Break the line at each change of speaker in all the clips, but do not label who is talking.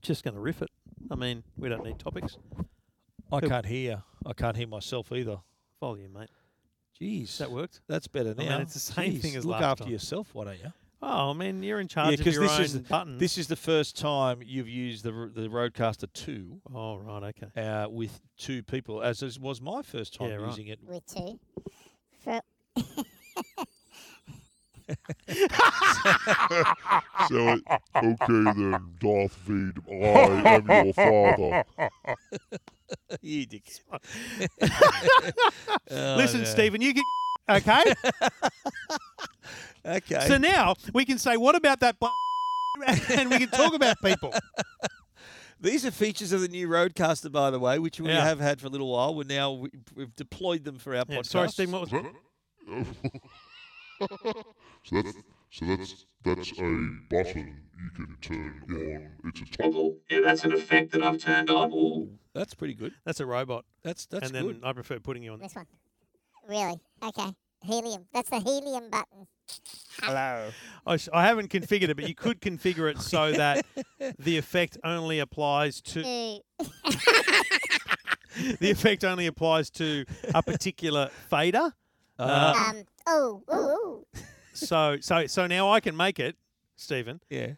just going to riff it. I mean, we don't need topics.
I
Who-
can't hear. I can't hear myself either.
Volume, mate.
Jeez,
That worked.
That's better now.
mean, it's the same
Jeez,
thing as
look
last
after
time.
yourself, why don't you?
Oh, I mean, you're in charge of
'cause
your
this
own
is-
button.
This is the first time you've used the r- the Roadcaster two
oh, right, okay.
uh, with two people, as is, was my first time
Yeah, right.
using it.
with two. For
So, it, okay then, Darth Vader, I am your father.
you dick.
Listen, Stephen, you can. Okay.
Okay.
So now we can say, what about that? bl- and we can talk about people.
These are features of the new Roadcaster, by the way, which we
Yeah.
have had for a little while. We're now we, we've deployed them for our
Yeah,
podcast.
sorry, Stephen. What was?
So that's so that's that's a button you can turn on. It's a toggle.
Yeah, that's an effect that I've turned on. Ooh.
That's pretty good.
That's a robot.
That's that's
and then
good.
I prefer putting you on.
this one. Really? Okay. Helium. That's the helium button.
Hello.
I, s- I haven't configured it, but you could configure it so that the effect only applies to
Ooh.
the effect only applies to a particular fader. Uh,
Um. Oh. Ooh. ooh.
So so so now I can make it, Stephen.
yeah.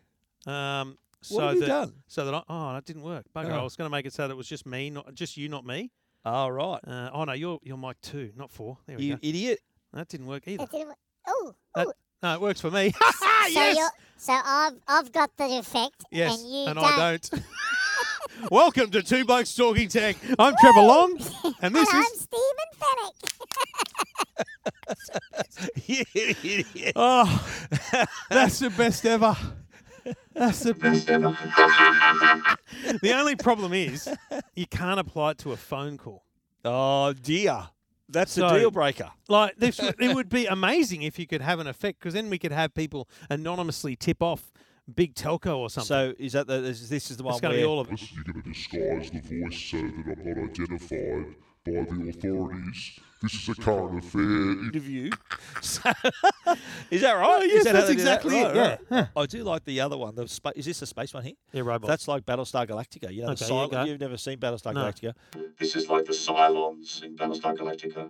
Um, so
What have you
that
done?
so that I, oh that didn't work. Bugger!
Oh.
I was going to make it so that it was just me, not just you, not me.
All right.
Uh, oh no, you're you're mic two, not four. There we
You
go.
idiot.
That didn't work either.
It didn't wo- Ooh.
That-
ooh.
No, it works for me.
So
yes.
you're. So I've I've got the effect.
Yes,
And you don't.
I don't. Welcome to Two Blokes Talking Tech. I'm Trevor Long, and this
And I'm
is.
Stephen Fennick.
you idiot.
Oh, that's the best ever. That's the
Best ever.
The only problem is you can't apply it to a phone call.
Oh dear. That's a
So-
deal breaker.
Like this, would- it would be amazing if you could have an effect because then we could have people anonymously tip off big telco or something.
So is that the, is, this is the one
it's going to
where
be all of it.
Listen, you're gonna disguise the voice so that I'm not identified by the authorities. This is a current affair.
interview? So- is that right?
Oh,
Is
yes,
that how
that's
they do that?
exactly it,
Right,
yeah.
right. I do like the other one. The spa- is this the space one here?
Yeah, robot.
That's like Battlestar Galactica. You know,
Okay, you
the
go.
silent, you've never seen Battlestar
No.
Galactica.
This is like the Cylons in Battlestar Galactica.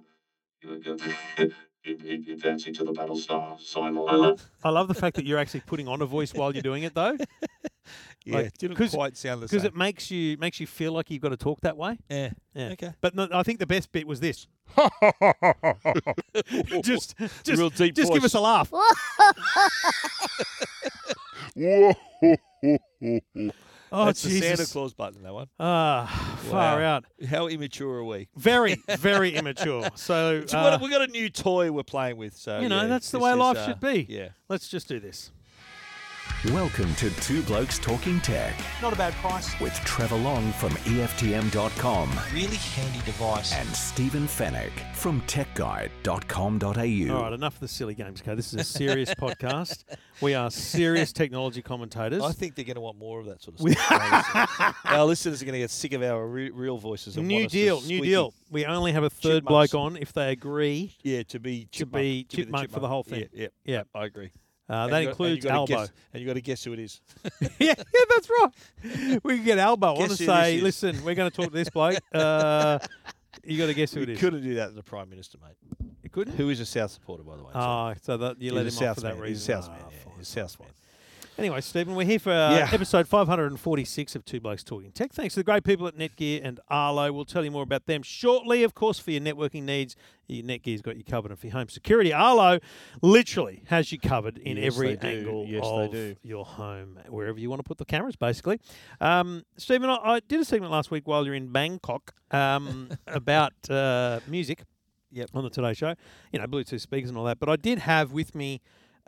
You know, go- in- in- Advancing to the Battlestar Cylon.
I love the fact that you're actually putting on a voice while you're doing it though,
Yeah,
Like,
it didn't
'cause-
quite sound the
because
same.
it makes you makes you feel like you've got to talk that way.
yeah.
Yeah.
Okay.
But no, I think the best bit was this.
Oh,
just, just,
Real deep
just give us
voice.
a laugh.
Whoa! ho, ho, ho, ho.
Oh,
That's the
Jesus.
Santa Claus button. That one.
Ah, far
Wow.
out.
How immature are we?
Very, very immature. So,
It's
uh,
what- we've got a new toy we're playing with, so
you know,
yeah,
that's the
this
way
is,
life
uh,
should be.
Yeah.
Let's just do this.
Welcome to Two Blokes Talking Tech
Not a bad price.
with Trevor Long from E EFTM.com
Really handy device.
and Stephen Fennec from
All right,
TechGuide.com.au.
enough of the silly games, okay? This is a serious podcast. We are serious technology commentators.
I think they're going to want more of that sort of stuff. our listeners are going to get sick of our re- real voices. And want
new
us to
deal, new
squeaky-
deal. We only have a third
Chipmunks.
bloke on if they agree.
Yeah, to be
To
chipmunk,
be
the
chipmunk for the whole thing.
Yeah, yeah,
Yeah,
I agree.
uh,
And
that
you got-
includes
and you gotta
Albo.
Guess, and you got to guess who it is.
yeah, yeah, that's right. We can get Albo on
Guess
and
who
say,
this is.
listen, we're going to talk to this bloke. Uh, you got to guess who
We
it is.
couldn't do that to the prime minister, mate.
It couldn't.
Who is a South supporter, by the way? so-
Ah, so that you
He's
let
a
him off
South
for that
man,
reason.
He's a South
Ah,
man. yeah,
fine.
he's a South man.
Anyway, Stephen, we're here for
Yeah.
uh, episode 546 of Two Blokes Talking Tech. Thanks to the great people at Netgear and Arlo. We'll tell you more about them shortly. Of course, for your networking needs, your Netgear's got you covered. And for your home security, Arlo literally has you covered in
Yes,
every
they do.
angle
Yes, they
of
do.
your home, wherever you want to put the cameras, basically. Um, Stephen, I, I did a segment last week while you're in Bangkok um, about uh, music
Yep.
on the Today Show, you know, Bluetooth speakers and all that. But I did have with me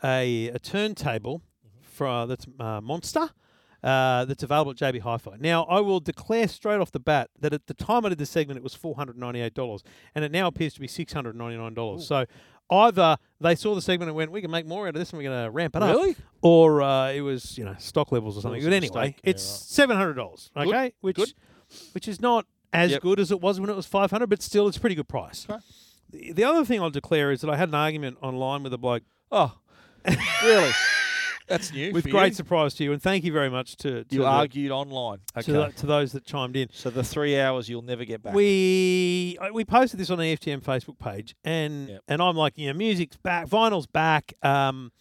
a, a turntable
Mm-hmm.
from that's uh, Monster. Uh, that's available at JB Hi-Fi. Now, I will declare straight off the bat that at the time I did this segment, it was four hundred ninety-eight dollars, and it now appears to be six hundred ninety-nine dollars. So, either they saw the segment and went, "We can make more out of this, and we're going to ramp it up,"
Really?
or uh, it was you know stock levels or something.
was a
But anyway,
mistake. Yeah,
it's seven hundred dollars. Okay, which
good.
which is not as
Yep.
good as it was when it was five hundred, but still it's a pretty good price. The, the other thing I'll declare is that I had an argument online with a bloke.
Oh, really? That's new.
with
for
great
you.
surprise to you. And thank you very much to, to,
you
the-
argued online. Okay.
to, the- to those that chimed in.
so the three hours you'll never get back.
We I- we posted this on the E EFTM Facebook page, and
Yep.
and I'm like, you know, music's back, vinyl's back. Um,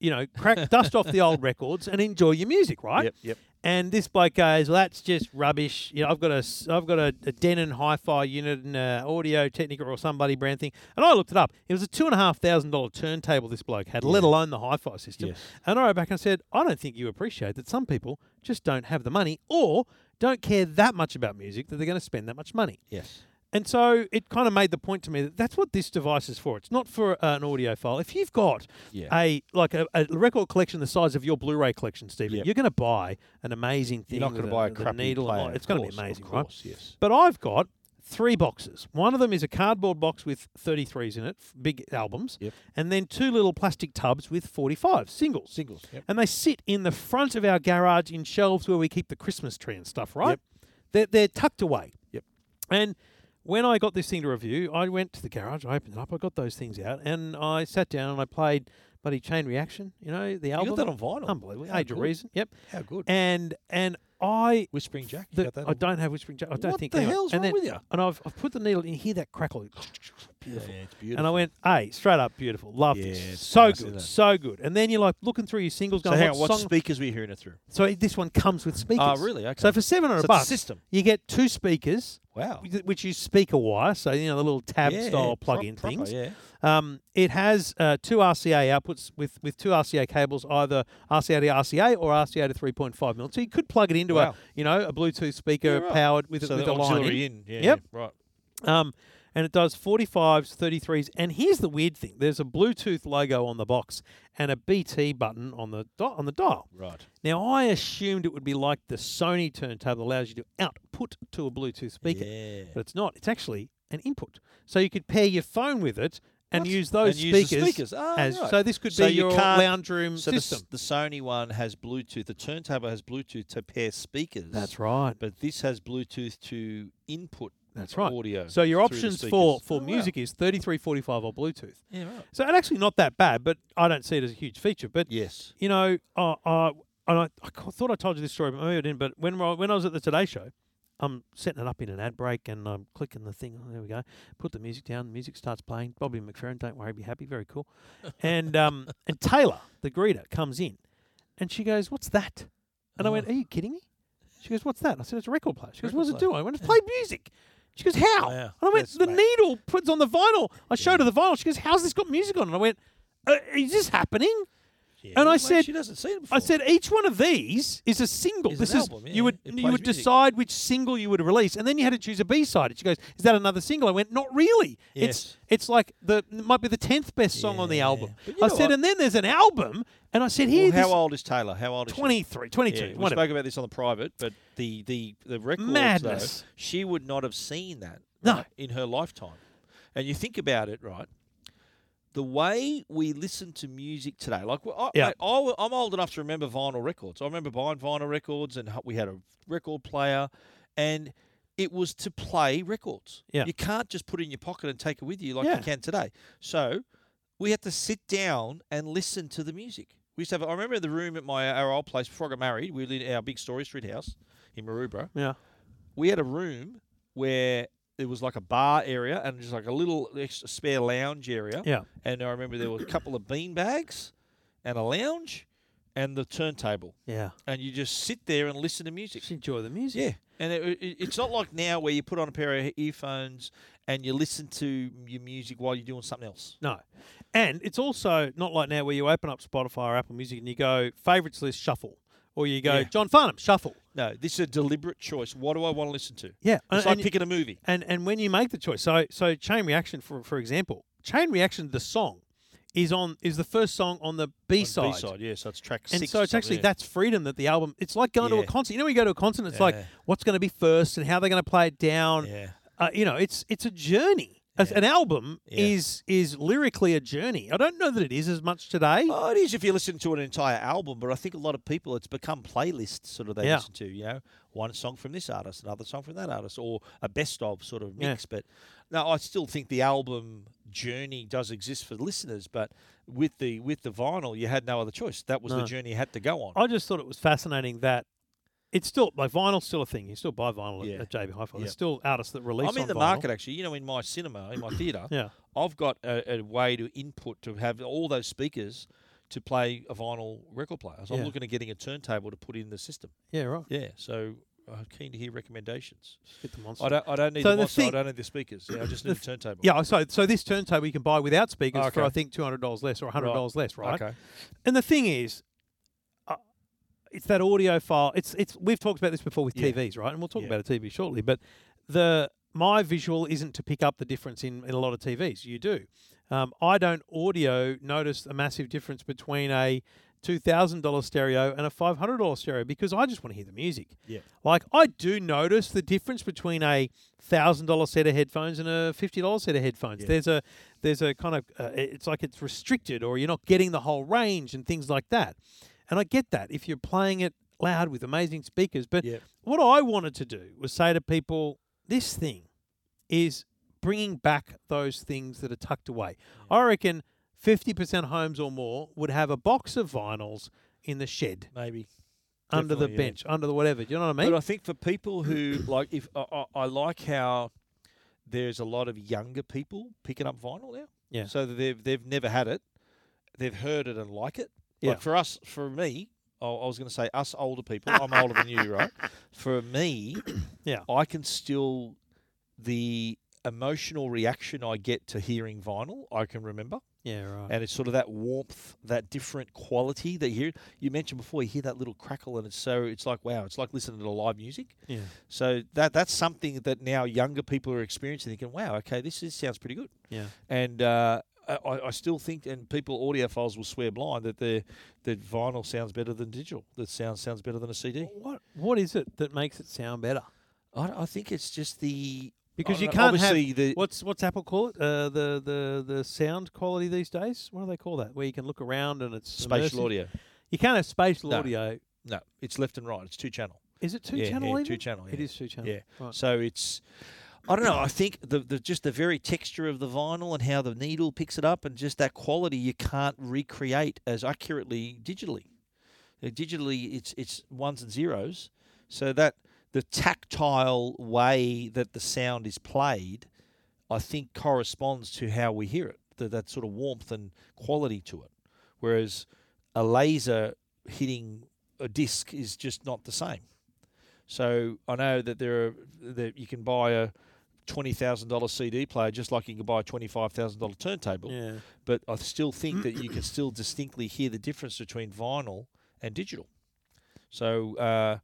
you know, crack dust off the old records and enjoy your music, right?
Yep. Yep.
And this bloke goes, well, that's just rubbish. You know, I've got a, s- I've got a, a Denon hi-fi unit and a Audio Technica or somebody brand thing. And I looked it up. It was a two and a half thousand dollar turntable this bloke had, let alone the hi-fi system.
Yes.
And I wrote back and said, I don't think you appreciate that some people just don't have the money or don't care that much about music that they're going to spend that much money.
Yes.
And so it kind of made the point to me that that's what this device is for. It's not for uh, an audio file. If you've got
Yeah.
a like a, a record collection the size of your Blu-ray collection, Stephen,
Yep.
you're going to buy an amazing thing.
You're not
going to
buy a
the
crappy
needle. and
player.
all.
of
it's going to
course,
be amazing,
of
right?
course, Yes.
But I've got three boxes. One of them is a cardboard box with 33s in it, f- big albums,
Yep.
and then two little plastic tubs with 45 singles.
Singles. Yep.
And they sit in the front of our garage in shelves where we keep the Christmas tree and stuff, right?
Yep.
They're, they're tucked away.
Yep.
And when I got this thing to review, I went to the garage, I opened it up, I got those things out, and I sat down and I played Bloody Chain Reaction, you know, the
You
album.
got that on vinyl.
Unbelievable.
How
Age
good.
of Reason. Yep.
How good.
And and I
Whispering Jack. You
the-
got that
I
on-
don't have whispering jack. I don't
What
think
the
hang on.
hell's
and
wrong
then-
with ya? Oh,
And I've, I've put the needle in. You hear that crackle?
Beautiful. Yeah, it's beautiful.
And I went, hey, straight up, beautiful. Love
Yeah,
this.
it's
So
nice, isn't
good,
it?
so good. And then you're like looking through your singles
So
going,
hang on,
what
what
song?
speakers were you hearing it through?
so this one comes with speakers.
Ah, really? Okay.
So for 700
So it's a
bucks,
system.
you get two speakers,
Wow.
wh- which use speaker wire, so, you know, the little tab
Yeah,
style
pro-
plug in
proper,
things.
Yeah.
Um, it has uh, two RCA outputs with, with two RCA cables, either RCA to RCA or RCA to 3.5 mil. So you could plug it into a
Wow.
you know a Bluetooth speaker
Yeah, right.
powered with,
So
with a
the
line.
auxiliary
in.
in. Yeah,
Yep.
yeah, Right.
Um, and it does 45s, 33s, and here's the weird thing: there's a Bluetooth logo on the box and a BT button on the di- on the dial.
Right.
Now I assumed it would be like the Sony turntable that allows you to output to a Bluetooth speaker,
Yeah.
but it's not. It's actually an input, so you could pair your phone with it and
What?
use those
And use the
speakers.
speakers. Ah,
as,
right.
So this could
So
be
you
your
can't-
lounge room
So the, s-
system.
the Sony one has Bluetooth. The turntable has Bluetooth to pair speakers.
That's right.
But this has Bluetooth to input.
That's right.
Audio.
So your
through the
options for
speakers.
for
Oh, wow.
music is 33, 45 or Bluetooth.
Yeah. Right.
So it's actually not that bad, but I don't see it as a huge feature. But
Yes.
you know, uh, uh, and I, I co- thought I told you this story, but maybe I didn't. But when I- when I was at the Today Show, I'm setting it up in an ad break, and I'm clicking the thing. Oh, there we go. Put the music down. The music starts playing. Bobby McFerrin, don't worry, be happy. Very cool. And um, and Taylor, the greeter, comes in, and she goes, "What's that?" And I went, "Are you kidding me?" She goes, "What's that?" I said, "It's a record player." She goes,
Record
"What does it
player.
do?" I went, "It's play music." She goes, "How?"
Wow.
And I went,
That's
"The
mate.
needle puts on the vinyl." I showed her the vinyl. She goes, "How's this got music on?" it?" And I went, uh, "Is this happening?"
Yeah,
And I
mate,
said-
she doesn't see it before.
I said each one of these is a single.
Is
this
an
is
album, yeah.
you would
It
you
plays
would
music.
decide which single you would release, and then you had to choose a B side. And she goes, "Is that another single?" I went, "Not really. It's
Yes.
it's like the it might be the tenth best song on the
Yeah.
album."
But you
I
know
said,
what?
"And then there's an album," and I said,
Well,
"Here,
how
this
old is Taylor? How old is she?
23, 22,
Yeah, we
whatever."
spoke about this on the private, but the the the records, though,
Madness.
she would not have seen that
No.
right, in her lifetime. And you think about it, right? The way we listen to music today, like well, I,
Yeah.
mate, I, wa- I'm old enough to remember vinyl records. I remember buying vinyl records, and h- we had a record player, and it was to play records.
Yeah.
You can't just put it in your pocket and take it with you like
Yeah.
you can today. So we had to sit down and listen to the music. We used to have. I remember the room at my our old place before I got married. We lived in our big Story Street house in Maroubra.
yeah,
We had a room where there was like a bar area and just like a little extra spare lounge area.
yeah,
And I remember there were a couple of bean bags, and a lounge, and the turntable.
yeah.
And you just sit there and listen to music.
Just enjoy the music.
Yeah, and it, it, it's not like now where you put on a pair of earphones and you listen to your music while you're doing something else.
No. And it's also not like now where you open up Spotify or Apple Music and you go favorites list shuffle, or you go
Yeah.
John Farnham shuffle.
No, this is a deliberate choice. What do I want to listen to?
Yeah,
It's
and-
like picking a movie.
and and when you make the choice so so chain reaction for for example chain reaction the song is on is the first song on the b
On
side
B-side, yeah, so it's track six.
and so
or
it's actually
something, yeah.
that's freedom that the album it's like going to
Yeah.
a concert you know when you go to a concert it's like
Yeah.
what's going to be first and how they're going to play it down
Yeah.
uh, you know it's it's a journey As-
Yeah.
an album
Yeah.
is is lyrically a journey i don't know that it is as much today
Oh, it is if you listen to an entire album, but I think a lot of people it's become playlists sort of they
Yeah.
listen to, you know, one song from this artist, another song from that artist, or a best of sort of
Yeah.
mix. But no, I still think the album journey does exist for the listeners, but with the with the vinyl, you had no other choice. That was the
No.
journey you had to go on.
I just thought it was fascinating that it's still like vinyl's still a thing. You still buy vinyl
Yeah.
at, at JB Hi-Fi.
Yep.
There's still artists that release.
I'm in
on
the
vinyl.
market actually. You know, in my cinema, in my theatre,
Yeah.
I've got a, a way to input to have all those speakers to play a vinyl record player. So I'm
Yeah.
looking at getting a turntable to put in the system.
Yeah. Right.
Yeah, so I'm keen to hear recommendations.
Get the monster.
I don't, I don't need
So
the,
the
monster, I
thing-
don't need the speakers. Yeah, I just
the
need a
th-
turntable.
yeah, so so this turntable you can buy without speakers for
Okay.
I think two hundred dollars less or hundred dollars less, right?
Okay.
And the thing is, uh, it's that audio file. It's it's we've talked about this before with
Yeah.
TVs, right? And we'll talk
Yeah.
about a TV shortly. But the my visual isn't to pick up the difference in, in a lot of TVs. You do. Um, I don't audio notice a massive difference between a two thousand dollar stereo and a five hundred dollar stereo because I just want to hear the music.
Yeah.
Like I do notice the difference between a thousand dollar set of headphones and a fifty dollar set of headphones.
Yeah.
There's a there's a kind of uh, it's like it's restricted or you're not getting the whole range and things like that. And I get that if you're playing it loud with amazing speakers, but
Yep.
what I wanted to do was say to people, this thing is bringing back those things that are tucked away. I reckon 50% homes or more would have a box of vinyls in the shed,
Maybe.
under the
Definitely, yeah.
bench, under the whatever. Do you know what I mean?
But I think for people who like, if I, I, I like how there's a lot of younger people picking up vinyl now.
Yeah.
So that they've they've never had it, they've heard it and like it.
Yeah.
Like for us, for me, I, I was going to say us older people. I'm older than you, right? For me,
Yeah.
I can still the emotional reaction I get to hearing vinyl. I can remember.
yeah, right.
And it's sort of that warmth, that different quality that you hear. You mentioned before, you hear that little crackle, and it's so it's like wow, it's like listening to live music.
Yeah.
So that that's something that now younger people are experiencing, thinking, wow, okay, this is, sounds pretty good.
Yeah.
And uh, I, I I still think, and people audiophiles will swear blind that the that vinyl sounds better than digital. That sound sounds better than a CD.
What what is it that makes it sound better?
I, I think it's just the
Because
I
you
don't know,
can't have
obviously the
what's what's Apple call it? Uh, the the the sound quality these days. What do they call that? Where you can look around and it's
spatial
immersive?
audio.
You can't have spatial
No.
audio.
No, it's left and right. It's two channel.
Is it two
Yeah,
channel?
yeah,
even?
two channel,
It
yeah.
is two channel.
Yeah.
Right.
So it's I don't know. I think the, the just the very texture of the vinyl and how the needle picks it up and just that quality you can't recreate as accurately digitally. Uh, Digitally, it's it's ones and zeros, so that the tactile way that the sound is played, I think corresponds to how we hear it. That that sort of warmth and quality to it, whereas a laser hitting a disc is just not the same. So I know that there are that you can buy a twenty thousand dollar CD player just like you can buy a twenty five thousand dollar turntable.
Yeah.
But I still think that you can still distinctly hear the difference between vinyl and digital. So uh,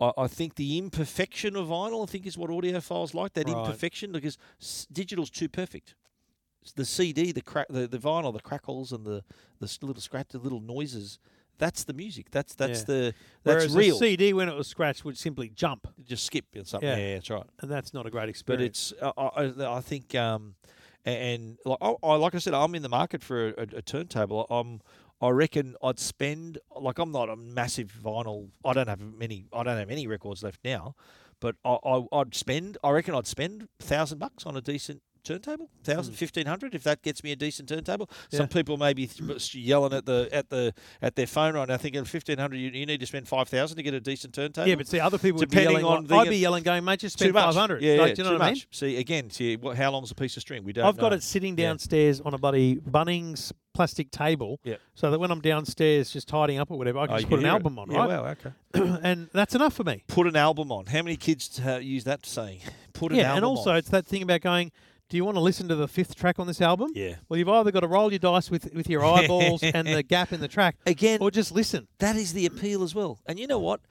I, I think the imperfection of vinyl, I think, is what audiophiles like that
Right.
imperfection because s- digital's too perfect. S- The CD, the crack, the, the vinyl, the crackles and the the s- little scratch, the little noises. That's the music. That's that's
Yeah.
the that's
Whereas
real.
a CD when it was scratched would simply jump,
just skip or something. Yeah,
Yeah.
yeah that's right.
and that's not a great experience.
But it's I, I, I think um, a- and like I, I like I said, I'm in the market for a, a, a turntable. I'm I reckon I'd spend like I'm not a massive vinyl. I don't have many. I don't have any records left now, but I, I I'd spend. I reckon I'd spend thousand bucks on a decent turntable 1000
Hmm.
1500 if that gets me a decent turntable some people may be th- yelling at the at the at their phone right now thinking 1500 you, you need to spend 5000 to get a decent turntable
yeah, but see, other people would be
uh, depending
yelling.
on
like-
the-
I'd be yelling, going, "Mate, just
too
spend
much.
five hundred.
Yeah,
like,
yeah,
do you know
too
what I mean?
much. See again, see what, how long's a piece of string? We don't.
I've got
know.
it sitting
Yeah.
downstairs on a bloody Bunnings plastic table,
Yep.
so that when I'm downstairs just tidying up or whatever, I can
Oh,
just
you
put
can
an
hear it.
album on,
Yeah,
right?
wow, okay.
and that's enough for me.
Put an album on. How many kids uh, use that saying? Put an
yeah,
album
and also
on.
it's that thing about going. Do you want to listen to the fifth track on this album?
Yeah.
Well, you've either got to roll your dice with, with your eyeballs and the gap in the track,
Again,
or just listen.
that is the appeal as well. And you know what?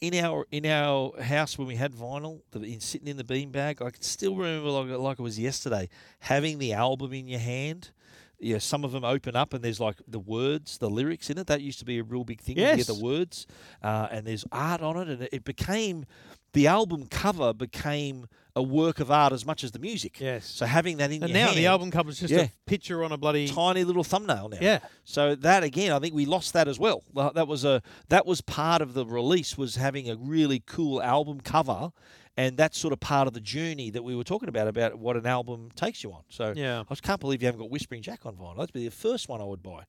In our in our house when we had vinyl, the, in, sitting in the beanbag, I can still remember like, it- like it was yesterday, having the album in your hand. Yeah, some of them open up and there's like the words, the lyrics in it. That used to be a real big thing. You get the
Yes.
words, uh, and there's art on it, and it- it became the album cover became a work of art as much as the music.
Yes.
So having that in
And
your
now
hand,
the album cover's just
Yeah.
a picture on a bloody
tiny little thumbnail now.
Yeah.
So that again, I think we lost that as well. Tha- That was a that was part of the release was having a really cool album cover, and that's sort of part of the journey that we were talking about about what an album takes you on. So
Yeah.
I just can't believe you haven't got Whispering Jack on vinyl. That'd be the first one I would buy.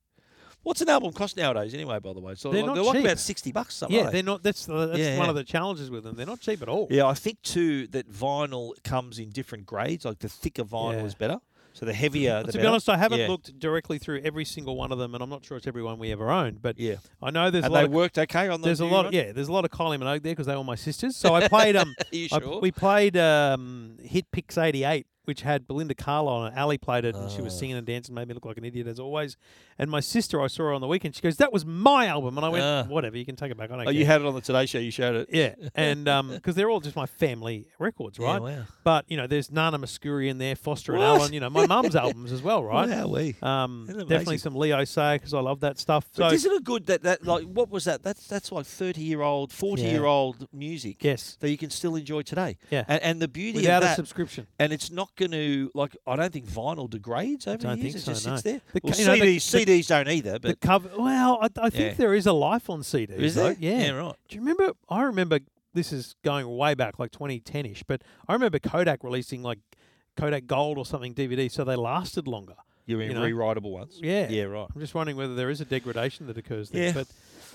What's an album cost nowadays, anyway? By the way, so
They're
like,
not
they're like
cheap.
about sixty bucks. Something,
yeah,
aren't they?
they're not. That's the, that's
Yeah,
one
yeah.
of the challenges with them. They're not cheap at all.
Yeah, I think too that vinyl comes in different grades. Like the thicker vinyl
Yeah.
is better. So the heavier, the
to be
better.
honest, I haven't
Yeah.
looked directly through every single one of them, and I'm not sure it's every one we ever owned. But
Yeah,
I know there's
and
a lot.
they
of,
worked okay on the.
there's a
new
lot.
one?
Yeah, there's a lot of Kylie Minogue there because they were my sisters. So I played um,
Are you
I-
sure?
we played um, Hit Picks '88, which had Belinda Carlisle on it. Ali played it, and she was
Oh.
singing and dancing, made me look like an idiot as always. And my sister, I saw her on the weekend. She goes, "That was my album," and I went,
Ah.
"Whatever, you can take it back. I don't
oh,
care."
you had it on the Today Show. You showed it.
yeah, and because they're all just my family records, right?
Yeah, wow.
But you know, there's Nana Muscuri in there, Foster and
What?
Allen. You know, my mum's albums as well, right?
Wowee.
Um,
Isn't it
definitely
amazing?
some Leo Sayer because I love that stuff. So
But isn't it good that that like what was that? That's that's like thirty year old, forty
Yeah.
year old music
yes,
that you can still enjoy today.
Yeah.
and, and the beauty
without
of
a
that,
subscription.
and it's not going to like I don't think vinyl degrades over
Don't
the years.
think
it just
so, no.
sits there.
The
Well,
ca- you know, the-
CDs, CDs don't either. But
the cover. Well, I, I think
Yeah.
there is a life on CD.
is there?
Yeah.
right.
Do you remember? I remember this is going way back, like 2010 ish. But I remember Kodak releasing like Kodak Gold or something DVD, so they lasted longer.
You mean
You know?
rewritable ones?
Yeah.
Yeah, right.
I'm just wondering whether there is a degradation that occurs there.
Yeah.
But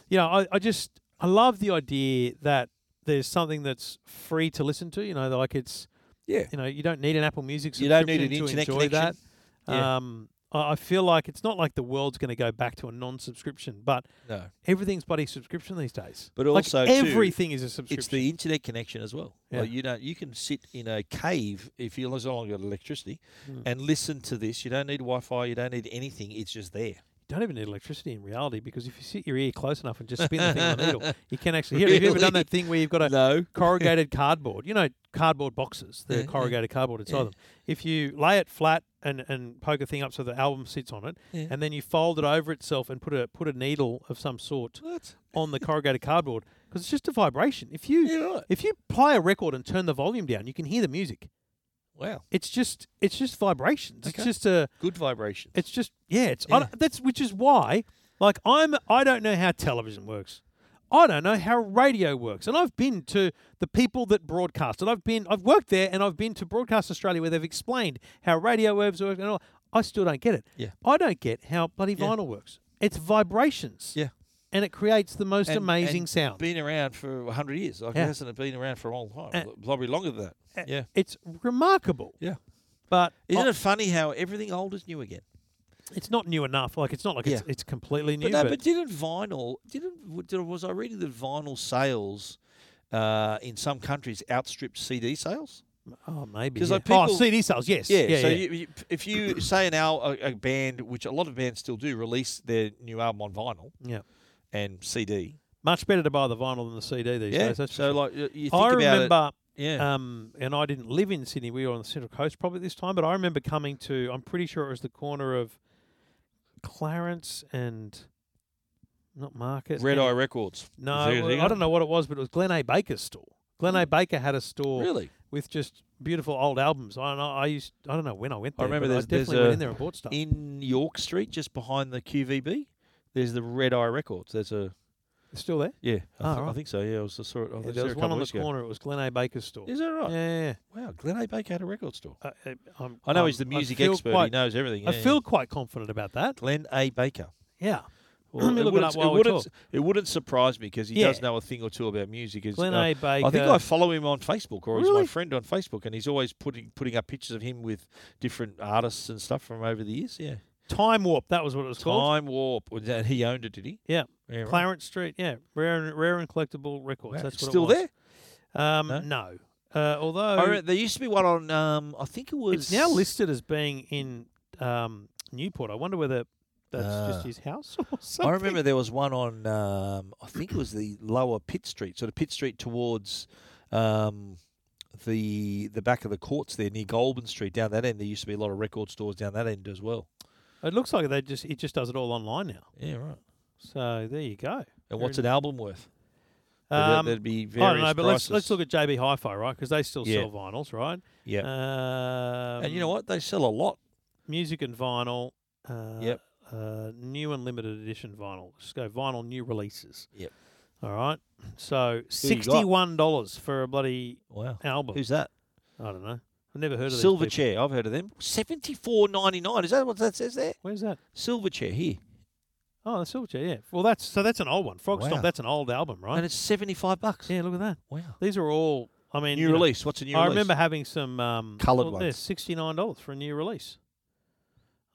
you know, I, I just I love the idea that there's something that's free to listen to. You know, like it's
Yeah.
you know you don't need an Apple Music
You
subscription
don't need an
to
internet
enjoy that.
connection. Yeah.
Um, I I feel like it's not like the world's going to go back to a non-subscription, but
No.
everything's bloody subscription these days.
But
Like,
also, too,
everything is a subscription.
It's the internet connection as well.
Yeah.
Like you don't you can sit in a cave if you as long as you got electricity
Hmm.
and listen to this. You don't need Wi Fi, you don't need anything, it's just there.
you don't even need electricity in reality because if you sit your ear close enough and just spin the thing on the needle, you can actually hear. it. Have you ever done
Really?
that thing where you've got a
No.
corrugated cardboard. You know, cardboard boxes. They're
Yeah, yeah.
corrugated cardboard inside
Yeah.
them. If you lay it flat and, and poke a thing up so the album sits on it,
Yeah.
and then you fold it over itself and put a put a needle of some sort
What?
on the corrugated cardboard because it's just a vibration. If you
Yeah, right.
if you play a record and turn the volume down, you can hear the music.
Wow.
It's just it's just vibrations.
Okay.
It's just a
Good vibration.
it's just yeah. It's I
Yeah.
don't- that's which is why like I'm I don't know how television works. I don't know how radio works, and I've been to the people that broadcast, and I've been I've worked there, and I've been to Broadcast Australia where they've explained how radio waves work, and all. I still don't get it.
Yeah.
I don't get how bloody
Yeah.
vinyl works. It's vibrations.
Yeah.
and it creates the most
And-
amazing
and
sound.
Been around for hundred years. Like
Yeah.
it hasn't been around for a long time.
Uh,
Probably longer than that. yeah.
It's remarkable.
Yeah.
But
Isn't
I-
it funny how everything old is new again?
it's not new enough. Like it's not like it's,
Yeah.
it's completely new.
But no, but didn't vinyl? Didn't w- did, was I reading that vinyl sales uh, in some countries outstripped CD sales?
oh, maybe.
'Cause,
yeah.
like,
oh,
people-
CD sales. Yes.
Yeah. so You, you, if you say now a, a band, which a lot of bands still do, release their new album on vinyl
yeah.
and CD.
Much better to buy the vinyl than the CD these
Yeah.
days. That's for
so
sure.
like y- you think
I
about it.
remember,
Yeah.
um, and I didn't live in Sydney. We were on the Central Coast probably this time, but I remember coming to. I'm pretty sure it was the corner of Clarence and not Market.
Red
and-
Eye Records.
No,
There
it
you
was-
go.
I don't know what it was, but it was Glen A. Baker's store. Glen A. Baker had a store
Hmm. Really?
with just beautiful old albums. I don't know, I used I don't know when I went
I
there.
remember
but
there's-
I
there's
definitely went
a-
in there and bought stuff.
In York Street, just behind the QVB, there's the Red Eye Records. There's a
It's still there.
yeah. I,
Ah,
th- I
right.
think so. Yeah, I was I saw it. I
Yeah,
was
there was
there Oh, a
one
couple
on the
weeks ago.
corner. It was Glen A. Baker's store.
Is that right?
Yeah, yeah, yeah.
Wow, Glen A. Baker had a record store.
Uh, uh, I'm-
I know
I'm-
he's the
I
music
feel
expert. he
quite-
knows everything.
I
yeah.
feel quite confident about that.
Glenn A. Baker.
Yeah.
Well,
Let me
it
look it
wouldn't-
up while
it
we
wouldn't,
talk.
it wouldn't surprise me because he does
Yeah.
know a thing or two about music. It's,
Glenn
uh,
A. Baker.
I think I follow him on Facebook, or he's my
Really?
friend on Facebook, and he's always putting putting up pictures of him with different artists and stuff from over the years. Yeah,
Time Warp. That was what it was called.
Time Warp. was that- He owned it, did he?
Yeah.
Yeah, right.
Clarence Street. Yeah. Rare and, rare and collectible records.
Wow,
That's
it's
what
still
it was.
there.
Um,
No?
no. Uh, although
I remember, there used to be one on. Um, I think it was.
it's now listed as being in um, Newport. I wonder whether that's
Ah.
just his house or something.
I remember there was one on. Um, I think it was the lower Pitt Street, sort of Pitt Street towards um, the the back of the courts there, near Goulburn Street. Down that end, there used to be a lot of record stores down that end as well.
It looks like they just it just does it all online now.
Yeah, right.
So there you go.
And
Very
what's
nice.
an album worth?
Um,
there'd be
I
various
don't know, but let's let's
prices.
look at JB Hi-Fi, right? Because they still
Yeah.
sell vinyls, right?
Yeah,
Um,
and you know what? They sell a lot.
music and vinyl. Uh,
Yep.
Uh, new and limited edition vinyl. Just go vinyl new releases.
Yep.
All right. So
you got?
sixty-one dollars for a bloody
Wow.
album.
Who's that?
I don't know. I've never heard of these people.
Silverchair. I've heard of them. Seventy four ninety nine. Is that what that says there?
Where's that?
Silverchair here,
Oh, that's Silverchair. Yeah. Well, that's so that's an old one. Frog
Wow.
Stomp. That's an old album, right?
and it's seventy five bucks.
yeah. Look at that.
Wow.
These are all. I mean,
New
you know,
release. What's a new
I
release?
remember having some um,
Coloured
well, there's
ones.
Sixty-nine dollars for a new release.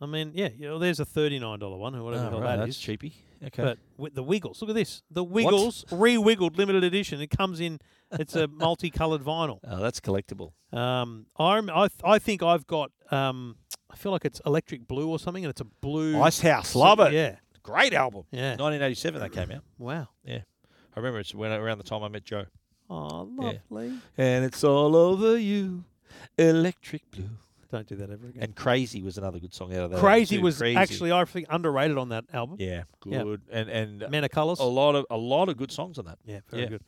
I mean, yeah, you know, there's a thirty-nine dollar one or whatever
Oh,
the hell
right,
that is.
that's cheapy. Okay.
But with the Wiggles, look at this. The Wiggles re-wiggled limited edition. It comes in. It's a multicolored vinyl.
oh, that's collectible.
Um, I rem- I, th- I think I've got. Um, I feel like it's electric blue or something, and it's a blue.
Ice House. Love it.
Yeah.
Great album.
Yeah. Mm.
1987 that came out.
Wow.
I remember it's when around the time I met Joe.
Oh,
Yeah.
lovely.
And it's all over you, electric blue.
Don't do that ever again.
And Crazy was another good song out of that. album
Crazy
too.
was
uh, Crazy.
actually I think underrated on that album.
yeah,
Yeah.
good. And and
Men of Colours.
a lot of a lot of good songs on that.
yeah, very
yeah.
good.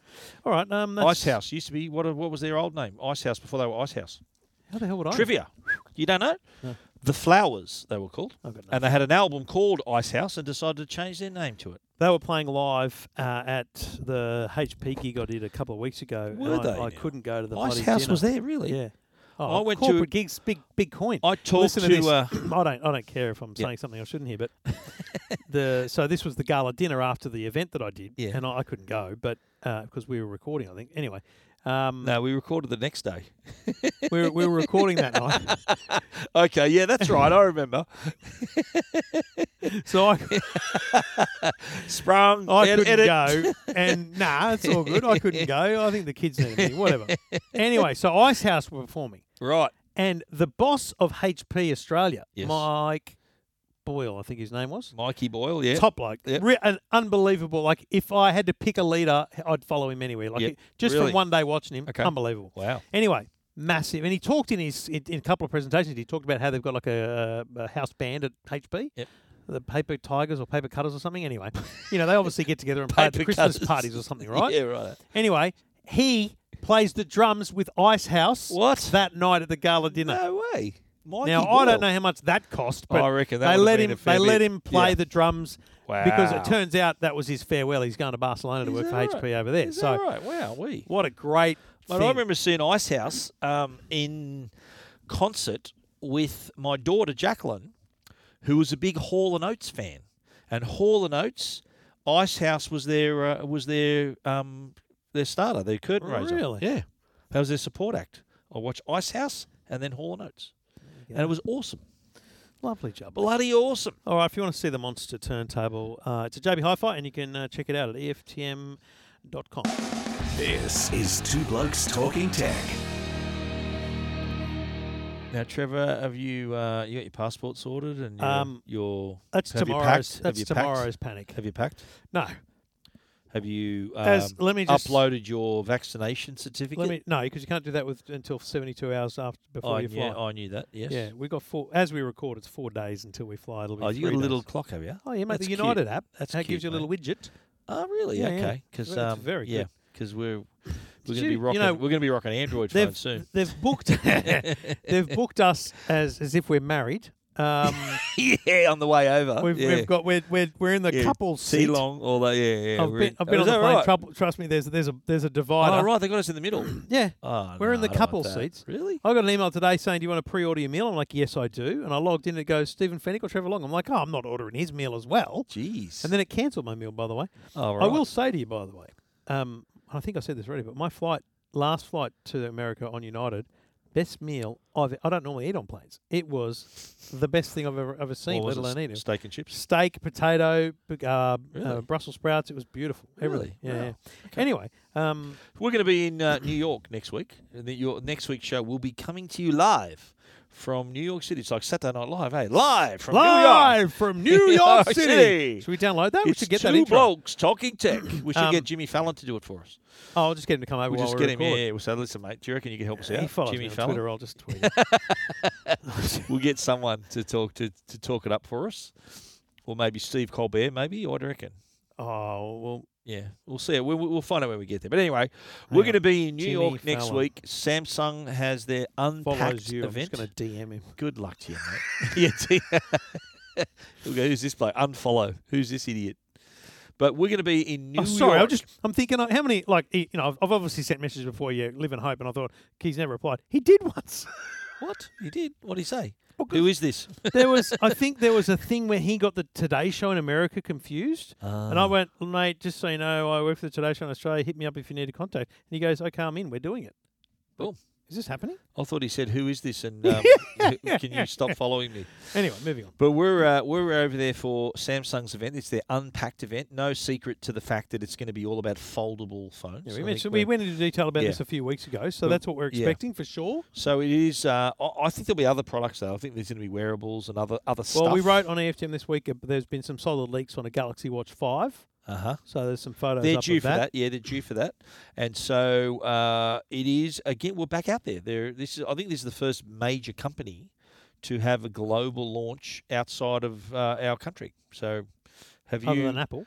All right. Um, that's,
Ice House used to be what what was their old name? Ice House before they were Ice House.
How the hell would I?
Trivia. You don't know? The Flowers they were called.
I've got no-
And they had an album called Ice House and decided to change their name to it.
They were playing live uh, at the HP gig I did a couple of weeks ago. and
Were
I,
they
I
now?
couldn't go to the
Ice
bloody
House
dinner.
was there, really?
Yeah. Oh,
I went to-
corporate gigs, big big coin.
I talked
Listen to,
to,
this.
uh,
I don't I don't care if I'm
Yeah.
saying something I shouldn't hear, but the so this was the gala dinner after the event that I did,
Yeah.
and I, I couldn't go, but because we were recording, I think. Anyway, um,
No, we recorded the next day.
we, were, we were recording that night,
Okay, yeah, that's right. I remember.
so I
Sprung.
I
ed-
couldn't
edit.
go, and nah, it's all good. I couldn't go. I think the kids need me. Whatever. Anyway, so Ice House were performing,
Right.
and the boss of HP Australia,
Yes.
Mike Boyle, I think his name was.
Mikey Boyle, yeah.
Top bloke,
Yep.
Re- an unbelievable. Like if I had to pick a leader, I'd follow him anywhere. Like
Yep.
it- just
Really?
from one day watching him,
Okay.
unbelievable.
Wow.
Anyway, massive. And he talked in his in, in a couple of presentations. He talked about how they've got like a, a house band at HP.
Yep.
The paper tigers or paper cutters or something. Anyway, you know they obviously get together and play at the
Paper
Christmas
cutters.
parties or something, right?
Yeah, right.
Anyway, he plays the drums with Ice House
What?
that night at the gala dinner.
No way. Mikey
Now I
Boyle.
don't know how much that cost, but
I reckon that
they
would've
let him
been a
they
fair
let
bit.
him play
Yeah.
the drums because
Wow.
it turns out that was his farewell. He's going to Barcelona to
Is
work for
that right?
HP over there.
Is
so
that right? Wow, we.
what a great
But
thing.
I remember seeing Ice House um, in concert with my daughter Jacqueline, who was a big Hall and Oates fan, and Hall and Oates, Ice House was their uh, was their um, their starter, their curtain raiser.
Really?
Yeah, that was their support act. I watched Ice House and then Hall and Oates, and it was awesome,
lovely job.
bloody awesome.
All right, if you want to see the monster turntable, uh, it's a JB Hi-Fi, and you can uh, check it out at EFTM.com.
This is Two Blokes Talking Tech.
Now, Trevor, have you uh, you got your passport sorted and your,
Um,
your
That's
have you
tomorrow's. That's
packed? have you
tomorrow's
Packed?
panic.
Have you packed?
No,
Have you um,
As- let me just-
uploaded your vaccination certificate?
let me no, because you can't do that with until seventy-two hours after before
I,
you
knew,
fly.
I knew that. Oh, Yes.
Yeah, we got four. As we record, it's four days until we fly. It'll be
Oh, you got
three
a little
days.
clock, have you?
Oh yeah, mate.
That's
the
cute.
United app.
That's
that gives you
cute,
a little widget.
Oh, really?
Yeah, yeah.
okay. Because
Well, it's
um,
very
yeah,
good.
because we're we're
Did
going to be
you- you
rocking.
know,
we're going to be rocking Android phones
They've
soon.
they've booked they've booked us as as if we're married. Um,
yeah, on the way over.
we've,
yeah.
we've got we're we're, we're in the
yeah.
couple seat.
Geelong, all that. Yeah, yeah.
I've
we're
been,
in-
I've been on
oh, is
the
that
plane.
right?
Trouble, trust me, there's there's a there's a divider.
Oh, right. They got us in the middle.
Yeah.
Oh,
We're in the
no, I don't
couple
want that.
seats.
Really?
I got an email today saying, "Do you want to pre-order your meal?" I'm like, "Yes, I do." And I logged in. and It goes Stephen Fennick or Trevor Long. I'm like, "Oh, I'm not ordering his meal as well."
Jeez.
And then it cancelled my meal, by the way.
oh,
I
right.
will say to you, by the way, um, I think I said this already, but my flight, last flight to America on United, best meal I've. e, I don't normally eat on planes. It was the best thing I've ever ever seen,
What was
let alone
it?
eaten.
Steak and chips.
Steak, potato, b- uh, uh,
Really?
Brussels sprouts. It was beautiful. Everything.
Really?
Yeah.
Wow.
yeah.
Okay.
Anyway, um,
We're going to be in uh, New York next week. And the, your next week's show will be coming to you live from New York City. It's like Saturday Night Live, hey? Live from New York.
live from New York City.
City.
Should we download that?
It's
we should get
two
that intro.
blokes talking tech. We should
Um,
get Jimmy Fallon to do it for us.
Oh, I'll just get him to come over
We'll
while
just
we
get him. Yeah,
record.
yeah. We'll say, listen, mate, do you reckon you can help us
He
out?
follows
Jimmy
me on
Fallon.
Twitter. I'll just tweet. him.
We'll get someone to talk to, to talk it up for us. Or maybe Steve Colbert, maybe. What do you reckon?
oh well,
Yeah, we'll see. We'll, we'll find out when we get there. But anyway, we're
Hang
going to be in New
Jimmy
York next
Fallon.
week. Samsung has their
follows
unpacked
you.
event.
I'm just going to DM him.
Good luck to you, mate. yeah, t- He'll go, who's this bloke? Unfollow. Who's this idiot? But we're going to be in New
I'm Oh, sorry. I'm
York.
just. I'm thinking. uh, How many? Like, he- you know, I've- I've obviously sent messages before. You live in hope, and I thought he's never replied. He did once.
What? He did? What did he say?
good-
Who is this?
there was. I think there was a thing where he got the Today Show in America confused, and
Ah. Um,
I went, mate. Just so you know, I work for the Today Show in Australia. Hit me up if you need a contact. And he goes, okay, I'm in. We're doing it.
Cool.
Is this happening?
I thought he said, "Who is this?" And um, can you stop following me?
Anyway, moving on.
But we're uh, we're over there for Samsung's event. It's their Unpacked event. No secret to the fact that it's going to be all about foldable phones.
Yeah, we
I think
mentioned we
we're-
went into detail about
Yeah.
this a few weeks ago, so
But-
that's what we're
yeah.
expecting for sure.
So it is. Uh, I I think there'll be other products though. I think there's going to be wearables and other other stuff.
Well, we wrote on AFTM this week. uh, There's been some solid leaks on a Galaxy Watch Five,
Uh huh.
so there's some photos.
They're
up
due
of
for that. Yeah, they're due for that. And so uh, it is again. We're back out there. There. This is. I think this is the first major company to have a global launch outside of uh, our country. So. Have
Other
you
than Apple,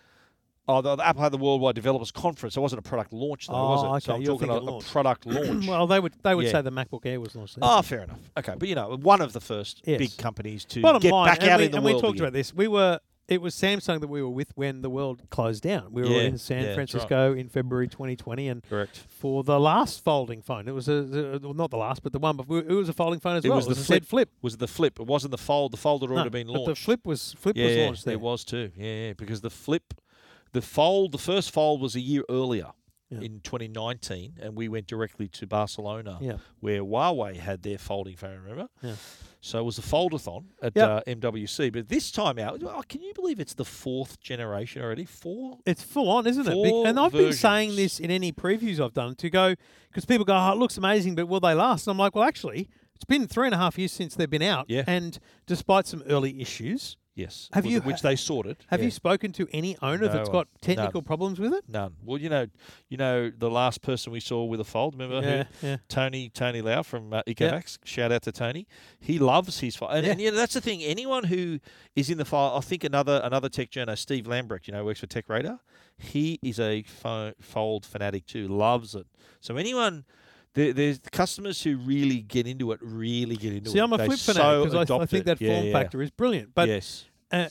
Oh, the, the Apple had the Worldwide Developers Conference. It wasn't a product launch, though, was it?
Oh,
So
okay,
I'm
you're
talking
thinking
a, a
launch.
product launch.
well, they would they would
Yeah.
say the MacBook Air was launched. There.
oh, fair enough. Okay, but you know, one of the first
Yes.
big companies to
Bottom
get
line,
back
and
out
we,
in the
and
world.
we talked
again.
about this. We were it was Samsung that we were with when the world closed down. We were
Yeah,
in San
yeah, that's right.
Francisco in February 2020, and
Correct.
for the last folding phone, it was a, a- well, not the last, but the one before. It was a folding phone as well. it was a said flip.
Was the flip? It wasn't the fold. The fold had already
No,
been
but
launched.
the flip was flip
yeah,
was
yeah,
launched there.
It was too. Yeah, yeah, because the flip, the fold, the first fold was a year earlier.
Yeah.
In 2019, and we went directly to Barcelona,
Yeah.
where Huawei had their folding phone. Remember?
Yeah.
So it was the foldathon at
Yep.
uh, MWC, but this time out, oh, can you believe it's the fourth generation already? Four?
It's full on, isn't it? Bec-
Four
and I've been saying
versions.
this in any previews I've done to go because people go, "Oh, it looks amazing, but will they last?" And I'm like, "Well, actually, it's been three and a half years since they've been out,
Yeah.
and despite some early issues,
Yes.
Have
with-
you
Which
ha-
they sorted.
have
Yeah.
you spoken to any owner
No,
that's
I've-
got technical
none.
problems with it?"
None. Well, you know, you know, the last person we saw with a fold, remember?
Yeah,
who,
yeah.
Tony, Tony Lau from uh, Ecovax. Shout out to Tony. He loves his fold, and, and you know that's the thing. Anyone who is in the file, I think another another tech journo, Steve Lambrecht, you know, works for Tech Radar. He is a fo- fold fanatic too. Loves it. So anyone. There, there's customers who really get into it. Really get into
See,
it.
I'm a
They
flip
so
fanatic because I,
adopt
I think
it.
that
Yeah,
form
yeah.
factor is brilliant, but
yes,
uh,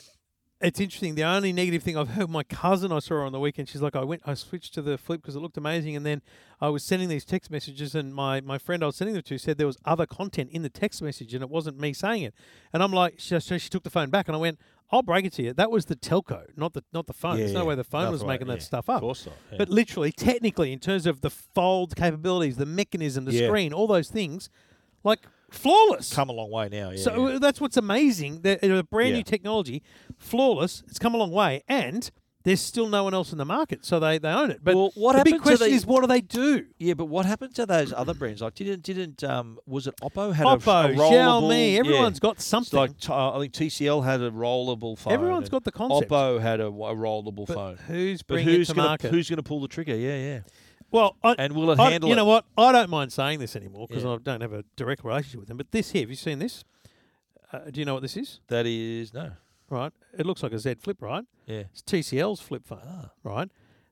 it's interesting. The only negative thing I've heard, my cousin I saw on the weekend, she's like, I went, I switched to the flip because it looked amazing, and then I was sending these text messages, and my my friend I was sending them to said there was other content in the text message, and it wasn't me saying it, and I'm like, so, so she took the phone back, and I went, I'll break it to you, that was the telco, not the not the phone.
Yeah,
uh, There's no
yeah.
way the phone
No,
was
right,
making
yeah.
that stuff up.
Of course not, yeah.
But literally, technically, in terms of the fold capabilities, the mechanism, the
Yeah.
screen, all those things, like flawless.
come a long way now. Yeah,
So
yeah.
uh, that's what's amazing. They're, they're a brand
Yeah.
new technology, flawless. It's come a long way, and there's still no one else in the market, so they, they own it. But
Well, what
the big
happened to
question
the-
is, what do they do?
Yeah, but what happened to those other brands? Like, didn't didn't um, was it Oppo had a, a
Oppo,
rollable?
Xiaomi,
yeah.
everyone's got
It's
something.
like t- uh, I think TCL had a rollable phone.
Everyone's
and
got the concept.
Oppo had a, w- a rollable phone.
who's
But
bringing it
who's
to
gonna
market?
who's gonna pull the trigger? Yeah, yeah.
Well, I,
And will it
I-
handle
You
it?
know what? I don't mind saying this anymore because
Yeah.
I don't have a direct relationship with them. But this here, have you seen this? Uh, do you know what this is?
That is no.
Right, it looks like a Z Flip, right?
Yeah.
It's TCL's flip phone,
Ah.
right?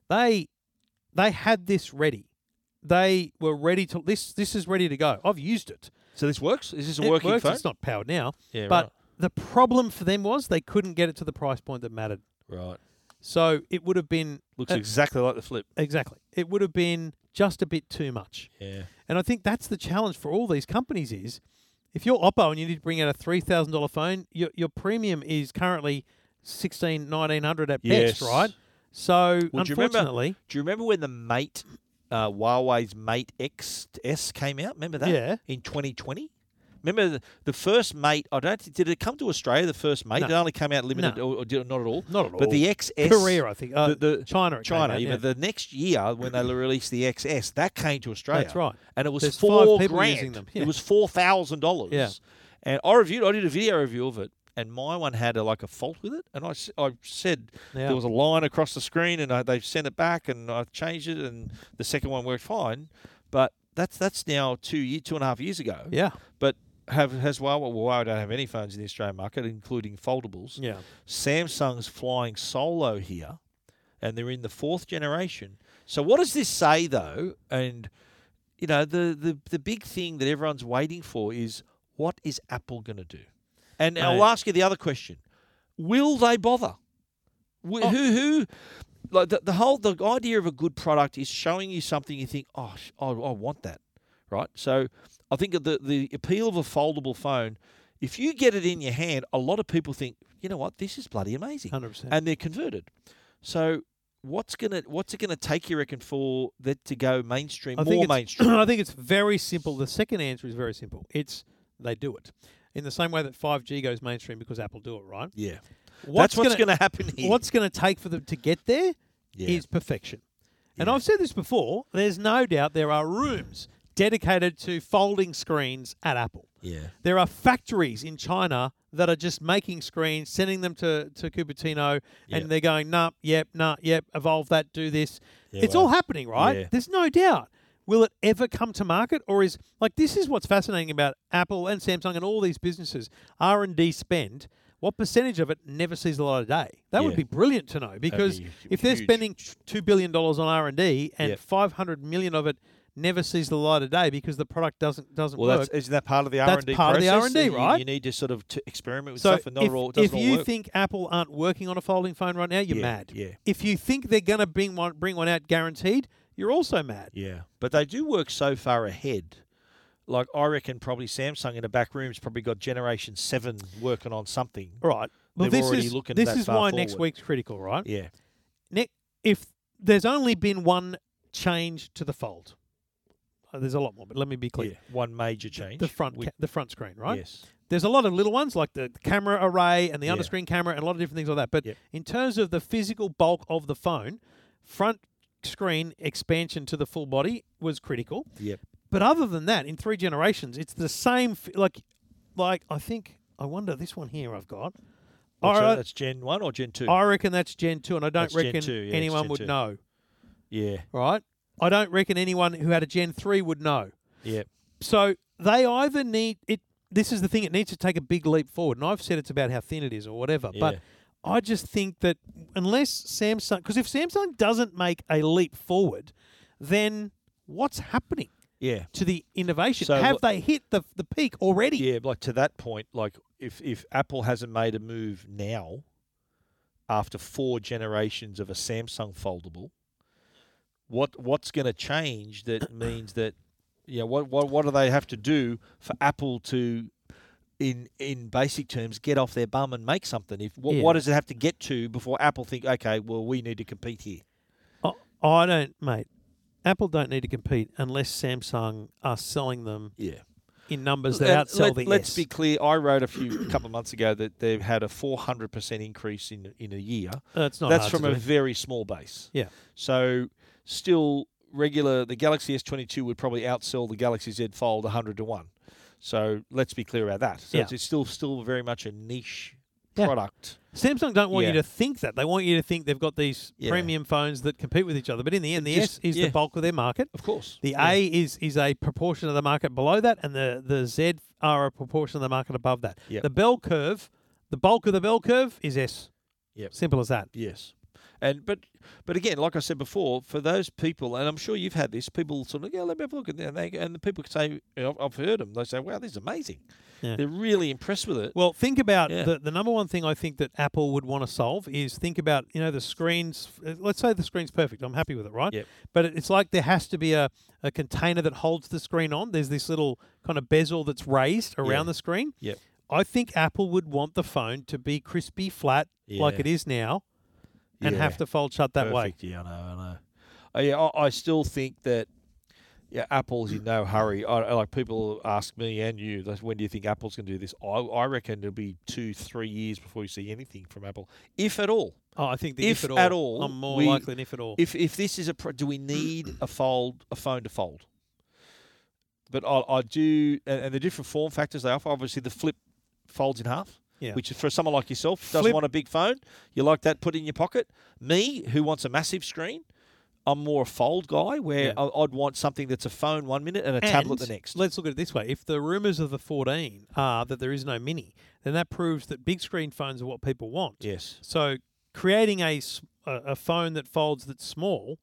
They they had this ready. They were ready to this. This is ready to go. I've used it.
So this works. Is this a
It
working
works.
phone?
It's not powered now.
Yeah,
but the problem for them was they couldn't get it to the price point that mattered.
right.
So it would have been
Looks
uh,
exactly like the flip.
exactly. It would have been just a bit too much.
Yeah.
And I think that's the challenge for all these companies is if you're Oppo and you need to bring out a three thousand dollar phone, your your premium is currently sixteen, nineteen hundred at
Yes.
best, right? So
Well, do you remember-
unfortunately,
Do you remember when the Mate, uh, Huawei's Mate X S came out? Remember that?
Yeah.
In 2020. Remember the, the first Mate? I don't. thi- Did it come to Australia? The first Mate?
No.
Did it only come out limited,
No.
or, or did it not at all?
Not at
But the
all.
XS
Korea, I think. Uh,
the, the
China it came
China.
out,
even
yeah.
the next year when they released the XS, that came to Australia.
That's right.
And it was
There's five
four
people
grand.
using them,
It
yeah.
was four thousand dollars.
Yeah.
And I reviewed. I did a video review of it, and my one had a, like a fault with it, and I, s- I said
Yeah.
there was a line across the screen, and I, they sent it back, and I changed it, and the second one worked fine, but that's that's now two year two and a half years ago.
yeah,
But have has Huawei? Well, Huawei don't have any phones in the Australian market, including foldables.
yeah.
Samsung's flying solo here, and they're in the fourth generation. So what does this say though? And you know the the, the big thing that everyone's waiting for is what is Apple going to do? And I'll
Mate.
ask you the other question: Will they bother? Wh- Who who? like the, the whole the idea of a good product is showing you something you think, oh, sh- I, I want that, right? So I think the the appeal of a foldable phone, if you get it in your hand, a lot of people think, you know what, this is bloody amazing,
100%.
and they're converted. So what's gonna what's it gonna take you reckon for that to go mainstream,
I think
more
it's-
mainstream?
I think it's very simple. The second answer is very simple. It's they do it. In the same way that 5G goes mainstream because Apple do it, right?
yeah,
What's
that's what's
gonna-
gonna, happen here.
What's going to take for them to get there is
Yeah.
perfection. And I've said this before, there's no doubt there are rooms dedicated to folding screens at Apple.
yeah,
There are factories in China that are just making screens, sending them to, to Cupertino,
Yeah.
and they're going, nah, yep, nah, yep, evolve that, do this.
Yeah,
it's
well,
all happening, right?
yeah.
There's no doubt. Will it ever come to market, or is like this is what's fascinating about Apple and Samsung and all these businesses R and D spend? What percentage of it never sees the light of day? That
Yeah.
would be brilliant to know because
be
if they're
huge.
spending two billion dollars on R and D and
Yep.
five hundred million of it never sees the light of day because the product doesn't doesn't
Well,
work.
that's, isn't that part of the R
That's
and D
part of the
process?
R&D,
You-
right?
You need to sort of t- experiment with
So
stuff, and not
if,
all. It
if
doesn't all
you
work.
think Apple aren't working on a folding phone right now, you're
Yeah,
mad.
yeah.
If you think they're going to bring one bring one out guaranteed, you're also mad.
yeah, but they do work so far ahead. Like I reckon, probably Samsung in the back room's probably got Generation Seven working on something.
All right. Well,
They're
this
already
is
looking
this
that
is
far
why next
forward.
week's critical, right?
Yeah,
Ne- if there's only been one change to the fold, Uh, there's a lot more, but let me be clear.
yeah. One major change.
The front,
We-
ca- the front screen, right?
Yes.
There's a lot of little ones like the camera array and the
Yeah.
underscreen camera and a lot of different things like that. But
Yep.
in terms of the physical bulk of the phone, front screen expansion to the full body was critical.
Yep.
But other than that, in three generations, it's the same. F- like, like I think I wonder this one here I've got.
What's
I,
that?
re-
that's Gen One or Gen Two.
I reckon that's Gen two, and I don't
That's Gen
reckon
2, yeah, it's
anyone
Gen
would
2.
know.
yeah,
Right? I don't reckon anyone who had a Gen three would know.
yeah,
So they either need it. This is the thing; it needs to take a big leap forward. And I've said it's about how thin it is or whatever. But
Yeah.
I just think that unless Samsung, because if Samsung doesn't make a leap forward, then what's happening
yeah.
to the innovation?
So
Have
what-
they hit the the peak already?
Yeah, like to that point, like if if Apple hasn't made a move now, after four generations of a Samsung foldable, what what's going to change? That means that, yeah, what what what do they have to do for Apple to, in in basic terms, get off their bum and make something? If what,
Yeah.
what does it have to get to before Apple think, okay, well we need to compete here?
I, I don't, mate. Apple don't need to compete unless Samsung are selling them
Yeah.
in numbers that
And
outsell the
let's
S.
be clear. I wrote a few a couple of months ago that they've had a four hundred percent increase in in a year.
That's not
That's
hard to
from a
do.
very small base.
Yeah.
So still regular the Galaxy S22 would probably outsell the Galaxy Z Fold 100 to 1. So let's be clear about that. So
Yeah.
it's, it's still still very much a niche
Yeah.
product.
Samsung don't want you
Yeah.
to think that. They want you to think they've got these
Yeah.
premium phones that compete with each other. But in the end, the
Just-
S is
yeah.
the bulk of their market.
Of course.
The
Yeah.
A is is a proportion of the market below that, and the, the Z are a proportion of the market above that.
Yep.
The bell curve, the bulk of the bell curve is S.
Yep.
Simple as that.
Yes. And but but again, like I said before, for those people, and I'm sure you've had this, people sort of go, yeah, let me have a look at that. And, they, and the people can say, I've, I've heard them. They say, wow, this is amazing.
Yeah.
They're really impressed with it.
Well, think about
Yeah.
the, the number one thing I think that Apple would want to solve is think about, you know, the screens. uh, Let's say the screen's perfect. I'm happy with it, right?
Yep.
But it- it's like there has to be a, a container that holds the screen on. There's this little kind of bezel that's raised around
Yeah.
the screen.
Yep.
I think Apple would want the phone to be crispy, flat, like
Yeah.
it is now, and
Yeah.
have to fold shut that way.
Perfect. Yeah, I know. I know. Uh, yeah, I, I still think that yeah, Apple's in no hurry. I, I- like people ask me and you, like, when do you think Apple's going to do this? I, I reckon it'll be two, three years before you see anything from Apple, if at all.
Oh, I think the
If
if, at all,
at all,
I'm more
we-
likely than if at all.
If if this is a pro- do we need a fold a phone to fold? But I, I do, and, and the different form factors they offer. Obviously, the flip folds in half.
Yeah.
Which is for someone like yourself who doesn't
Flip-
want a big phone. You like that put in your pocket. Me, who wants a massive screen, I'm more a fold guy where
Yeah.
I, I'd want something that's a phone one minute and a tablet the
And
next.
Let's look at it this way: if the rumours of the 14 are that there is no mini, then that proves that big screen phones are what people want.
Yes.
So creating a s- a, a phone that folds that's small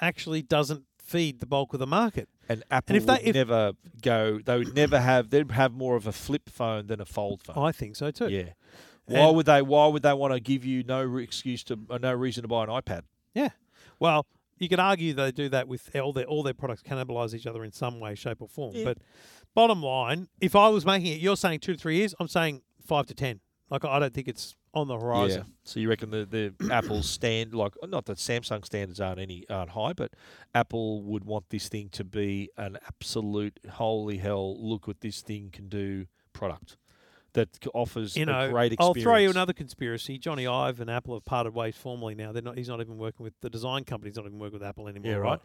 actually doesn't feed the bulk of the market.
And Apple
if they-
would
if-
never go. They would never have. They'd have more of a flip phone than a fold phone.
I think so too.
Yeah. Why
And-
would they? Why would they want to give you no re- excuse to, uh, no reason to buy an iPad?
Yeah. Well, you could argue they do that with all their all their products cannibalize each other in some way, shape, or form. But bottom line, if I was making it, you're saying two to three years. I'm saying five to ten. Like I don't think it's on the horizon.
So you reckon the the Apple stand like not that Samsung standards aren't any aren't high, but Apple would want this thing to be an absolute holy hell. Look what this thing can do. Product that c- offers
You know,
a great experience.
I'll throw you another conspiracy. Johnny Ive and Apple have parted ways formally now. They're not. He's not even working with the design company's not even working with Apple anymore.
Yeah,
right.
right.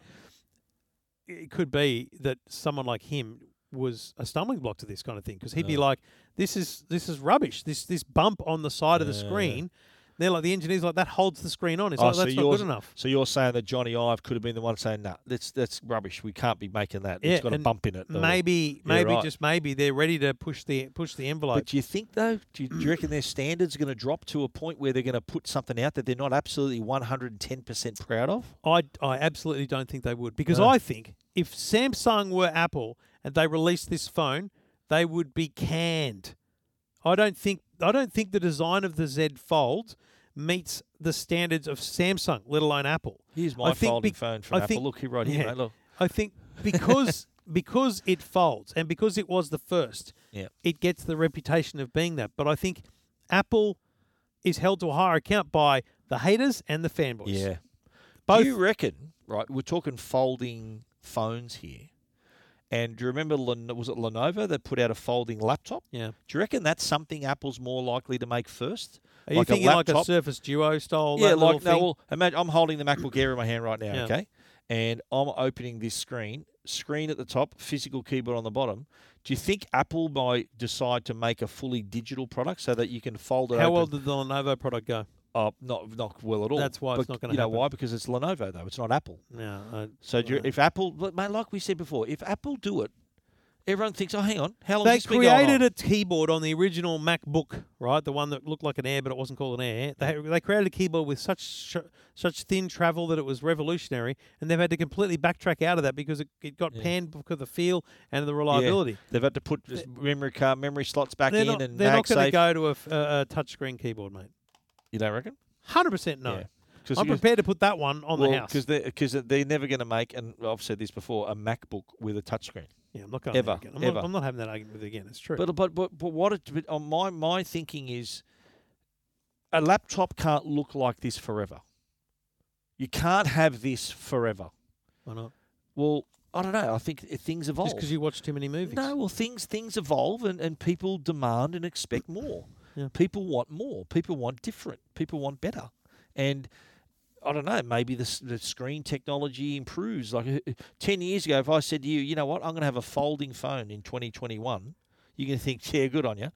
It could be that someone like him was a stumbling block to this kind of thing because he'd be
Yeah.
like, "This is this is rubbish. This this bump on the side of the
Yeah, yeah.
screen." They're like the engineers like that holds the screen on. It's
Oh,
like
so
that's not
yours-
good enough.
So you're saying that Johnny Ive could have been the one saying, "No, that's that's rubbish. We can't be making that.
Yeah,
it's got a
and
bump in it." or-
Maybe,
Yeah,
maybe
right.
just maybe they're ready to push the push the envelope.
But do you think though? Do you, do you reckon their standards are going to drop to a point where they're going to put something out that they're not absolutely one hundred and ten percent proud of?
I, I absolutely don't think they would because
No.
I think if Samsung were Apple and they released this phone, they would be canned. I don't think I don't think the design of the Z Fold meets the standards of Samsung, let alone Apple.
Here's
I
my
think
folding
bec-
phone from
I
Apple.
think-
Look here, right here,
yeah.
mate. Look.
I think because because it folds and because it was the first,
Yeah.
it gets the reputation of being that. But I think Apple is held to a higher account by the haters and the fanboys.
Yeah.
Both-
Do you reckon? Right, we're talking folding phones here. And do you remember Len- was it Lenovo that put out a folding laptop?
Yeah.
Do you reckon that's something Apple's more likely to make first?
Are you thinking like a Surface Duo style? that little
no.
thing?
Well, imagine I'm holding the MacBook Air in my hand right now,
Yeah.
okay, and I'm opening this screen. Screen at the top, physical keyboard on the bottom. Do you think Apple might decide to make a fully digital product so that you can fold it?
How
open?
well did the Lenovo product go?
Uh, not not well at all.
That's why it's
But
not gonna
You know
happen.
why? Because it's Lenovo though. It's not Apple.
Yeah, I,
So do you, if Apple, but, mate, like we said before, if Apple do it, everyone thinks, oh, hang on, how long
they
this been going on?
created a keyboard on the original MacBook, right? The one that looked like an Air, but it wasn't called an Air. They, they created a keyboard with such sh- such thin travel that it was revolutionary, and they've had to completely backtrack out of that because it, it got panned because of the feel and the
Yeah.
reliability.
They've had to put this memory card, memory slots back
They're
in,
not,
and
they're not going to
MagSafe.
go to a, f- a, a touchscreen keyboard, mate.
You don't reckon?
Hundred percent no.
Yeah. 'Cause
I'm
you-
prepared to put that one on the house.
because they're, because they're never going to make, and I've said this before, a MacBook with a touchscreen.
Yeah, I'm not going there
Ever,
again. I'm,
ever.
Not, I'm not having that argument with you again. It's true.
But but but but what? It, but on my my thinking is, a laptop can't look like this forever. You can't have this forever.
why not?
Well, I don't know. I think uh, things evolve.
Just because you watch too many movies.
No, well, things things evolve, and, and people demand and expect more.
Yeah.
People want more. People want different. People want better. And I don't know. Maybe the s- the screen technology improves. Like uh, uh, ten years ago, if I said to you, you know what, I'm going to have a folding phone in 2021, you're going to think, yeah, good on you.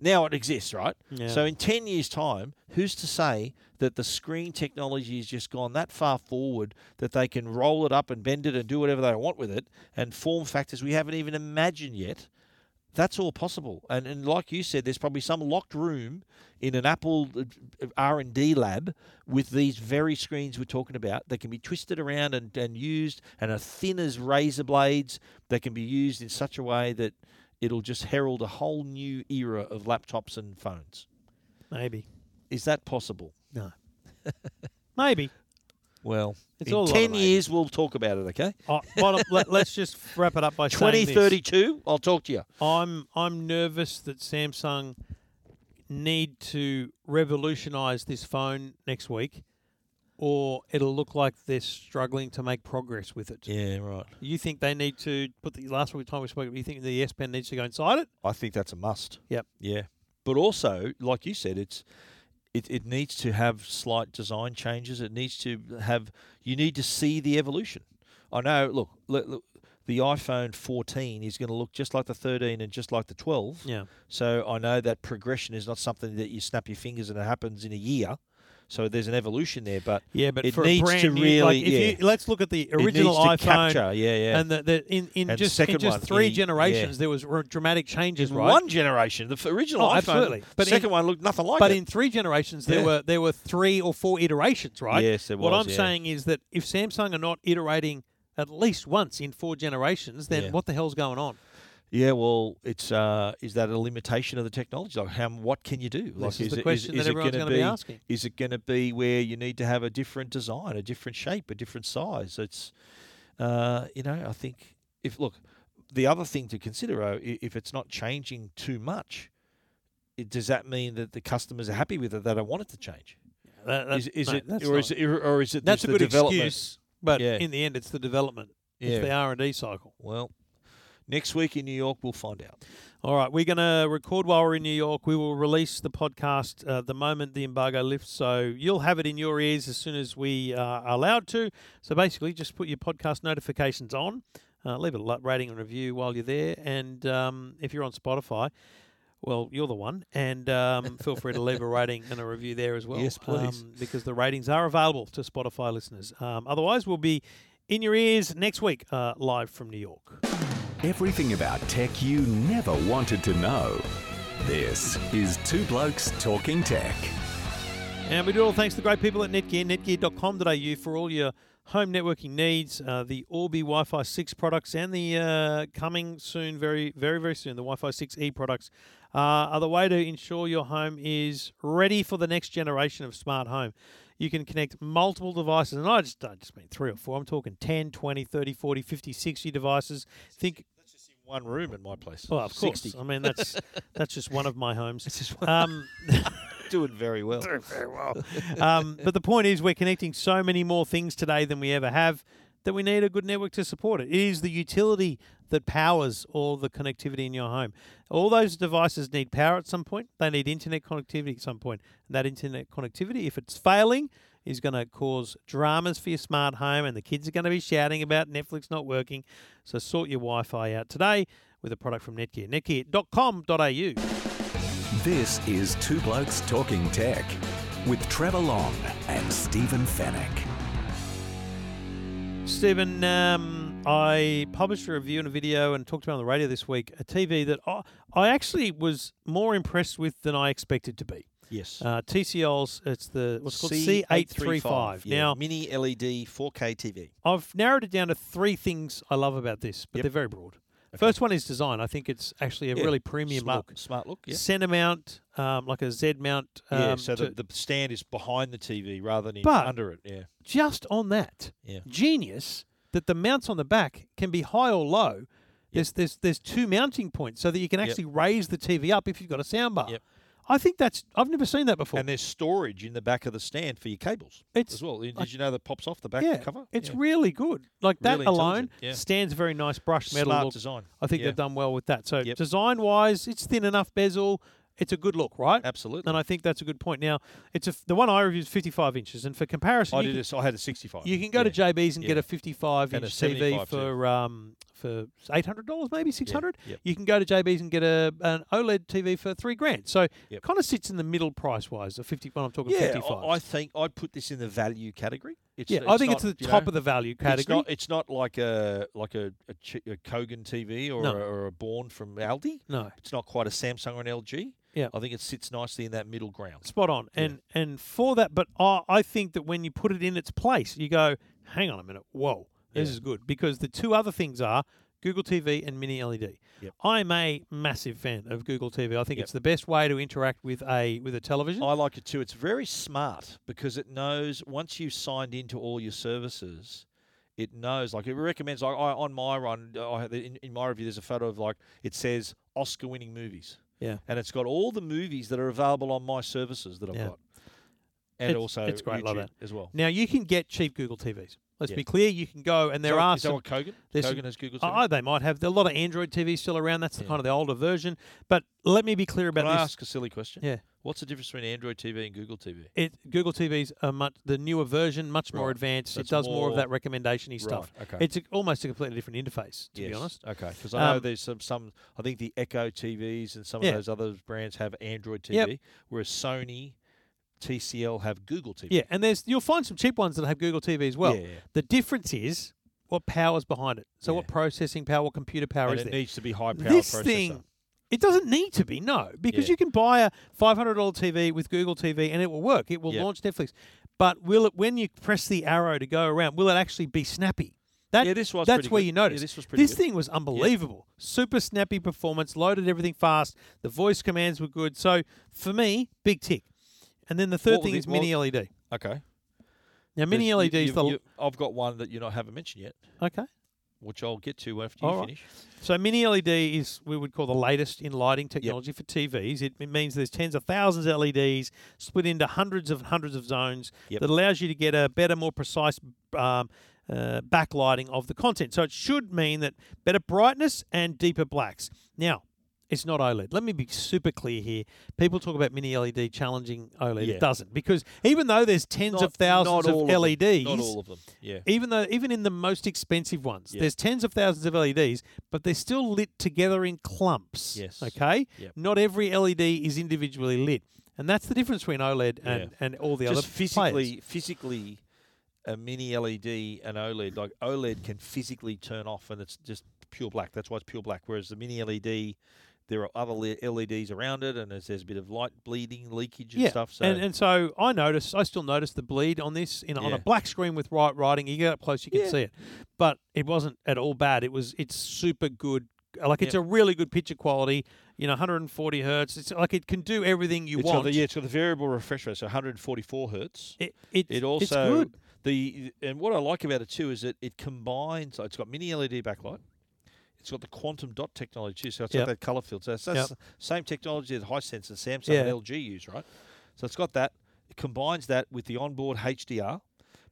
Now it exists, right?
Yeah.
So in 10 years' time, who's to say that the screen technology has just gone that far forward that they can roll it up and bend it and do whatever they want with it and form factors we haven't even imagined yet? That's all possible. And, and like you said, there's probably some locked room in an Apple uh, R&D lab with these very screens we're talking about that can be twisted around and, and used and are thin as razor blades that can be used in such a way that it'll just herald a whole new era of laptops and phones.
Maybe.
Is that possible?
No. Maybe.
Well,
It's
in
all a lot of
10
maybe.
years, we'll talk about it, okay?
Uh, bottom, let, us just wrap it up by saying this.
2032, I'll talk to you.
I'm I'm nervous that Samsung need to revolutionise this phone next week, or it'll look like they're struggling to make progress with it.
Yeah, right.
You think they need to put the last week time we spoke. You think the S Pen needs to go inside it?
I think that's a must.
Yep.
Yeah. But also, like you said, it's it, it needs to have slight design changes. It needs to have you need to see the evolution. I know. Look, look, look the iPhone 14 is going to look just like the 13 and just like the 12.
Yeah.
So I know that progression is not something that you snap your fingers and it happens in a year. So there's an evolution there, but
Yeah, but
it
for
needs
a brand
to
new,
really
like, if
yeah.
you, let's look at the
It needs
original
to
iPhone.
Capture. Yeah, yeah.
And the, the in, in
And
just
second
in just
one,
three
in- yeah.
generations there was r- dramatic changes,
in
right?
one generation, the f- original
Oh,
iPhone,
absolutely. But in-
second one looked nothing like
but
it.
in three generations there
Yeah.
were there were three or four iterations, right?
Yes, there
What
was,
I'm
yeah.
saying is that if Samsung are not iterating at least once in four generations, then
Yeah.
what the hell's going on?
Yeah, well, it's uh, is that a limitation of the technology? Like, how what can you do? Like,
This is the
it-
question that
it
everyone's
gonna
gonna be asking.
Is it going to be where you need to have a different design, a different shape, a different size? It's, uh, you know, I think if look, the other thing to consider, uh, i- if it's not changing too much, it, does that mean that the customers are happy with it? They don't want it to change.
That- that-
is is
no,
it,
that's
or
not-
is it, or is it
that's
just
a
the
good
development?
excuse, but
Yeah.
in the end, it's the development.
Yeah.
It's the R and D cycle.
Well, next week in New York, we'll find out.
All right, we're going to record while we're in New York. We will release the podcast uh, the moment the embargo lifts, so you'll have it in your ears as soon as we uh, are allowed to. So basically, just put your podcast notifications on, uh, leave a lo- rating and review while you're there, and um, if you're on Spotify, well, you're the one, and um, feel free to leave a rating and a review there as well.
Yes, please.
um, because the ratings are available to Spotify listeners. Um, otherwise, we'll be in your ears next week, uh, live from New York.
Everything about tech you never wanted to know. This is Two Blokes Talking Tech.
And we do it all thanks to the great people at Netgear, netgear.com.au for all your home networking needs, uh, the Orbi Wi Fi 6 products, and the uh, coming soon, very, very, very soon, the Wi Fi 6E products uh, are the way to ensure your home is ready for the next generation of smart home. You can connect multiple devices, and I just, I just mean three or four. I'm talking 10, 20, 30, 40, 50, 60 devices. Think,
That's just in one room in my place.
well, of course.
60.
I mean, that's that's just one of my homes.
It's just
Um,
doing very well.
um, but the point is, we're connecting so many more things today than we ever have that we need a good network to support it. It is the utility that powers all the connectivity in your home. All those devices need power at some point. They need internet connectivity at some point. And that internet connectivity, if it's failing, is going to cause dramas for your smart home, and the kids are going to be shouting about Netflix not working. So sort your Wi Fi out today with a product from Netgear. Netgear.com.au.
This is Two Blokes Talking Tech with Trevor Long and Stephen Fennec.
Stephen, um, I published a review and a video and talked about it on the radio this week a TV that I, I actually was more impressed with than I expected to be.
Yes.
Uh, TCL's, it's the what's called C835.
Yeah,
Now,
mini E LED 4K TV.
I've narrowed it down to three things I love about this, but
Yep.
they're very broad. First one is design. I think it's actually a
Yeah,
really premium
smart,
look.
Smart look. Yeah.
Center mount, um, like a Z mount. Um,
yeah. So
to-
the, the stand is behind the TV rather than in-
But-
under it. Yeah.
just on that,
Yeah.
genius that the mounts on the back can be high or low. There's there's there's two mounting points so that you can
Yep.
actually raise the TV up if you've got a soundbar.
Yep.
I think that's I've never seen that before.
And there's storage in the back of the stand for your cables
It's-
as well. Did
I-
you know that pops off the back
yeah,
cover?
it's
Yeah.
really good. Like that
Really
alone
intelligent, yeah.
stands a very nice brushed metal
smart
look.
design.
I think
yeah.
they've done well with that. So
Yep.
design wise, it's thin enough bezel. It's a good look, right?
Absolutely.
And I think that's a good point. Now, it's a, f- the one I reviewed is 55 inches, and for comparison,
I
you
did
can-
this. I had a 65.
You can go to
Yeah.
JB's and get
yeah.
a 55
And a
inch TV
75 too.
for um for eight hundred dollars, maybe six hundred.
yep.
You can go to JB's and get a an E OLED TV for three grand. So
Yep.
kind of sits in the middle price wise. A 50 when I'm talking
Yeah,
55.
I, I think I'd put this in the value category. It's,
yeah, I think
not,
it's the
you
top
know,
of the value category.
It's not, it's not like a like a, a, chi a Kogan TV or,
No.
a, or a Born from Aldi.
no,
It's not quite a Samsung or an LG.
Yeah.
I think it sits nicely in that middle ground.
spot on. And and for that, but I I think that when you put it in its place, you go, hang on a minute, whoa, this
Yeah.
is good because the two other things are. Google TV and Mini LED.
Yep.
I'm a massive fan of Google TV. I think
Yep.
it's the best way to interact with a with a television.
I like it too. It's very smart because it knows once you've signed into all your services, it knows. Like it recommends. Like I, on my run, I, had- in, in my review, there's a photo of like it says Oscar-winning movies.
Yeah.
and it's got all the movies that are available on my services that I've
Yeah.
got, and
It's-
also
it's great, love
YouTube
Mm,
as well.
Now you can get cheap Google TVs. Let's
Yeah.
be clear, you can go and there
is that,
are
is that
some.
what Kogan.
there's some-
Kogan has Google. TV?
Oh, they might have. There are a lot of Android TVs still around. That's the
Yeah.
kind of the older version. But let me be clear about
Can I
this.
ask a silly question?
Yeah.
What's the difference between Android TV and Google TV?
It Google TVs are much the newer version, much more
Right.
advanced. it
So it's
does more, of
more-
that recommendationy stuff.
okay.
It's a, almost a completely different interface, to be honest.
Okay. Because I know
Um,
there's some, some, I think the Echo TVs and some
Yeah.
of those other brands have Android TV,
Yep.
whereas Sony, TCL have Google TV.
Yeah, and there's you'll find some cheap ones that have Google TV as well.
Yeah, yeah.
The difference is what power's behind it. So what
Yeah.
processing power, what computer power
And
is
it
there?
needs to be high power
this
processor.
thing it doesn't need to be no because
Yeah.
you can buy a $500 tv with google tv and it will work it will
Yep.
launch netflix but will it when you press the arrow to go around will it actually be snappy That,
Yeah, this was
that's
pretty
where
good.
you notice.
Yeah, this was pretty good.
thing was unbelievable. Super snappy performance, loaded everything fast. The voice commands were good. So for me, big tick. And then the third
What were
thing
the-
is mini LED.
Okay.
Now mini
There's- you-
LEDs.
you-
the
you- I've got one that you not haven't mentioned yet,
okay.
which I'll get to after you
All right.
finish.
So mini LED is we would call the latest in lighting technology for TVs. It, it means there's tens of thousands of LEDs split into hundreds of hundreds of zones
Yep.
that allows you to get a better, more precise um, uh, backlighting of the content. So it should mean that better brightness and deeper blacks. Now. It's not OLED. Let me be super clear here. People talk about mini LED challenging OLED.
Yeah.
It doesn't because even though there's tens
Not-
of thousands
not all
of E
them.
LEDs,
Not all of them. Yeah.
even though even in the most expensive ones,
Yeah.
there's tens of thousands of LEDs, but they're still lit together in clumps.
Yes.
Okay.
Yep.
Not every LED is individually lit, and that's the difference between OLED and,
Yeah.
and all the other
Just physically,
Players.
physically, a mini LED and OLED, like OLED can physically turn off, and it's just pure black. That's why it's pure black. Whereas the mini LED, there are other E le- LEDs around it, and there's, there's a bit of light bleeding, leakage, and
Yeah.
stuff. So
and and so I notice I still notice the bleed on this in on
Yeah.
a black screen with white writing. You get up close, you can
Yeah.
see it, but it wasn't at all bad. It was it's super good. Like it's
Yep.
a really good picture quality. You know, 140 hertz. It's like it can do everything you
it's got
want.
the, yeah, it's got the variable refresh rate, so 144 hertz.
It, it,
It also
it's good.
the and what I like about it too is that it combines. It's got mini LED backlight. It's got the quantum dot technology too, so it's
Yep.
got that color field. So it's that's
Yep.
the same technology that Hisense and Samsung
Yeah.
and LG use, right? So it's got that. It combines that with the onboard HDR,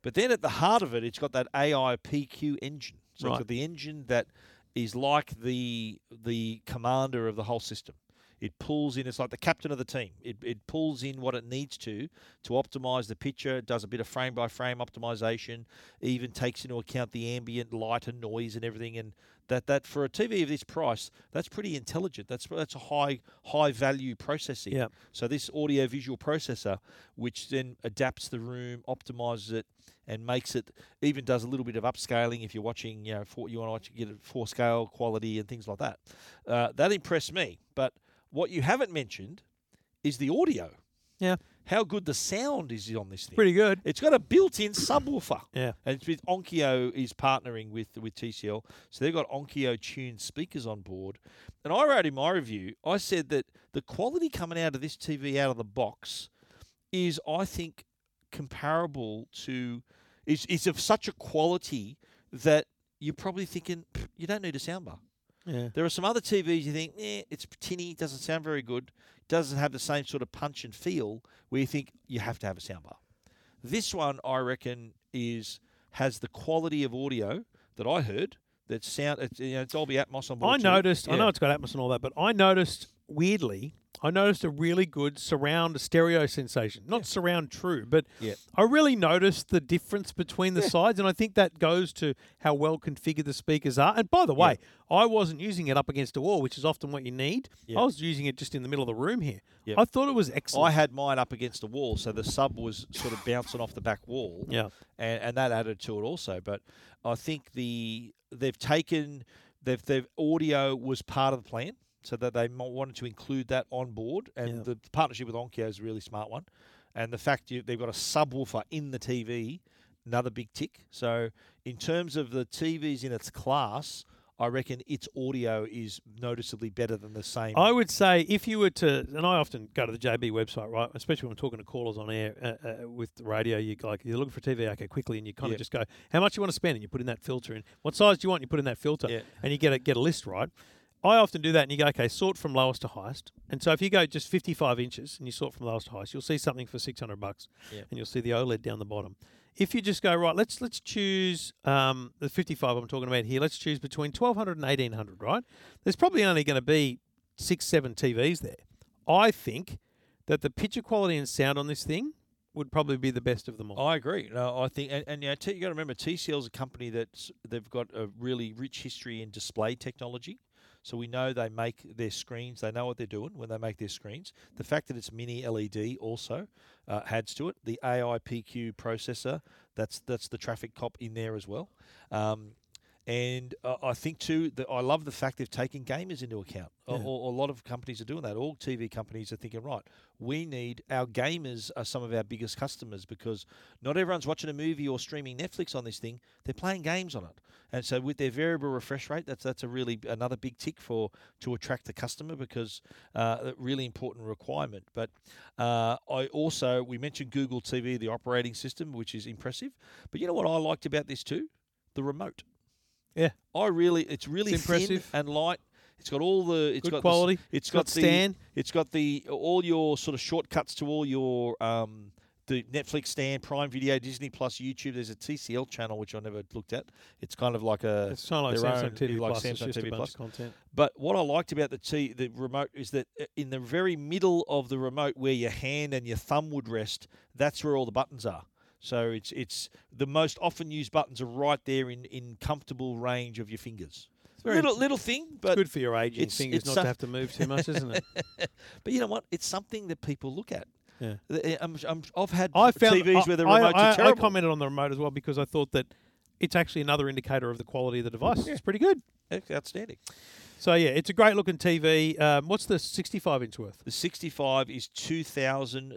but then at the heart of it, it's got that AI PQ engine. So
Right.
it's got the engine that is like the the commander of the whole system. It pulls in. It's like the captain of the team. It, it pulls in what it needs to to optimize the picture. It does a bit of frame by frame optimization. Even takes into account the ambient light and noise and everything. And that that for a TV of this price, that's pretty intelligent. That's that's a high high value processing.
Yep.
So this audio visual processor, which then adapts the room, optimizes it, and makes it even does a little bit of upscaling if you're watching, you know, four, you want to get a four scale quality and things like that. Uh, that impressed me. But what you haven't mentioned is the audio.
Yeah.
How good the sound is on this thing.
Pretty good.
It's got a built-in subwoofer.
Yeah.
And it's with Onkyo is partnering with with TCL, so they've got Onkyo tuned speakers on board. And I wrote in my review, I said that the quality coming out of this TV out of the box is, I think, comparable to is is of such a quality that you're probably thinking "Pff, you don't need a soundbar.
Yeah.
There are some other TVs you think, eh, it's tinny, doesn't sound very good, doesn't have the same sort of punch and feel where you think you have to have a soundbar. This one, I reckon, is has the quality of audio that I heard that sound. It's, you know, it's Dolby Atmos on board.
I
too.
noticed. I
Yeah.
know it's got Atmos and all that, but I noticed weirdly. I noticed a really good surround stereo sensation. Not surround true, but
Yeah.
I really noticed the difference between the sides, and I think that goes to how well configured the speakers are. And by the way, I wasn't using it up against a wall, which is often what you need.
Yeah.
I was using it just in the middle of the room here.
Yeah.
I thought it was excellent.
I had mine up against the wall, so the sub was sort of bouncing off the back wall.
Yeah.
and, and that added to it also. But I think the they've taken they've they've audio was part of the plan, so that they mo- wanted to include that on board. And
Yeah.
the partnership with Onkyo is a really smart one. And the fact you, they've got a subwoofer in the TV, another big tick. So in terms of the TVs in its class. I reckon its audio is noticeably better than the same.
I would say if you were to, and I often go to the JB website, right? Especially when I'm talking to callers on air uh, uh, with the radio, you like you're looking for TV, okay, quickly, and you kind
Yeah.
of just go, how much you want to spend, and you put in that filter, in. what size do you want, and you put in that filter,
Yeah.
and you get a get a list, right? I often do that, and you go, okay, sort from lowest to highest. And so if you go just 55 inches and you sort from lowest to highest, you'll see something for 600 bucks,
Yeah.
and you'll see the OLED down the bottom. If you just go right, let's let's choose um, the 55 I'm talking about here. Let's choose between 1200 and 1800, right? There's probably only going to be six, seven TVs there. I think that the picture quality and sound on this thing would probably be the best of them all.
I agree. No, I think, and, and you know, t- you got to remember, TCL is a company that's they've got a really rich history in display technology. So we know they make their screens. They know what they're doing when they make their screens. The fact that it's mini LED also uh, adds to it. The AI PQ processor, that's that's the traffic cop in there as well. Um, And uh, I think too that I love the fact they've taken gamers into account. A-
Yeah.
a- a lot of companies are doing that. All TV companies are thinking, right, we need our gamers are some of our biggest customers because not everyone's watching a movie or streaming Netflix on this thing. They're playing games on it, and so with their variable refresh rate, that's that's a really another big tick for to attract the customer because uh, a really important requirement. But uh, I also we mentioned Google TV, the operating system, which is impressive. But you know what I liked about this too, the remote.
Yeah.
I really it's really
It's
thin
impressive.
and light. It's got all the it's
Good
got the-
quality.
it's
Got uh,
got, the
Stan.
It's got the all your sort of shortcuts to all your um, the Netflix stand, Prime Video, Disney Plus, YouTube. There's a TCL channel which I never looked at. It's kind of like a
It's kind of like
their
Samsung
own-
TV
like
Plus. it's
Samsung
just
TV
a bunch
Plus.
of content.
But what I liked about the T, the remote is that uh, in the very middle of the remote, where your hand and your thumb would rest, that's where all the buttons are. So it's it's the most often used buttons are right there in, in comfortable range of your fingers.
very
little little thing, but
uh, It's good for your aging
it's-
fingers
it's
not
some-
to have to move too much, isn't it?
but you know what? It's something that people look at.
Yeah.
Th- I'm, I'm, I've had
I found
TVs
I,
where the
I-
remotes
I-
are terrible.
I commented on the remote as well because I thought that it's actually another indicator of the quality of the device. It's pretty good.
That's outstanding.
So yeah, it's a great looking TV. Um, what's the 65 inch worth?
The 65 is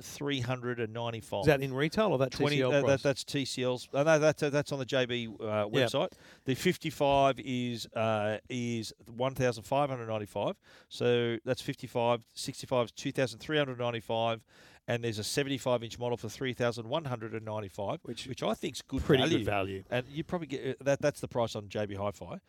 2,395.
Is that in retail or that
20,
TCL
uh,
price?
that, that's TCL's. Uh, no, that's uh, that's on the JB uh,
Yeah.
website. The 55 is uh, is 1,595. So that's 55. 65 is 2,395, and there's a 75 inch model for 3,195, which which I think's good
pretty
value.
good value.
And you probably get uh, that. That's the price on JB Hi-Fi.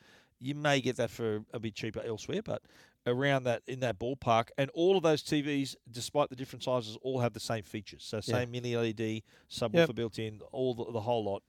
You may get that for a bit cheaper elsewhere, but around that in that ballpark. And all of those TVs, despite the different sizes, all have the same features. So
Yeah.
same mini LED, subwoofer
Yep.
built in, all the, the whole lot.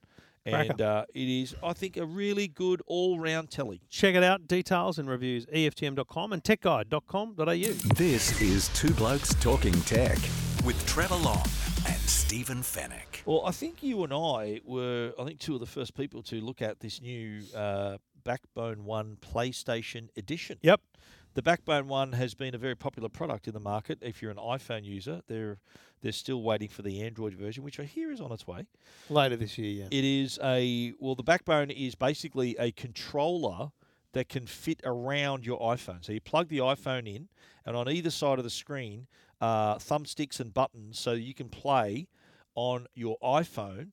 Cracker.
And uh, it is, I think, a really good all-round telly.
Check it out. Details and reviews E EFTM.com and techguide.com.au.
This is Two Blokes Talking Tech with Trevor Long and Stephen Fennec.
Well, I think you and I were, I think, two of the first people to look at this new uh, Backbone One PlayStation Edition.
Yep.
The Backbone One has been a very popular product in the market. If you're an iPhone user, they're they're still waiting for the Android version, which I hear is on its way.
Later this year, yeah.
It is a well, the Backbone is basically a controller that can fit around your iPhone. So you plug the iPhone in, and on either side of the screen, uh, thumbsticks and buttons, so you can play on your iPhone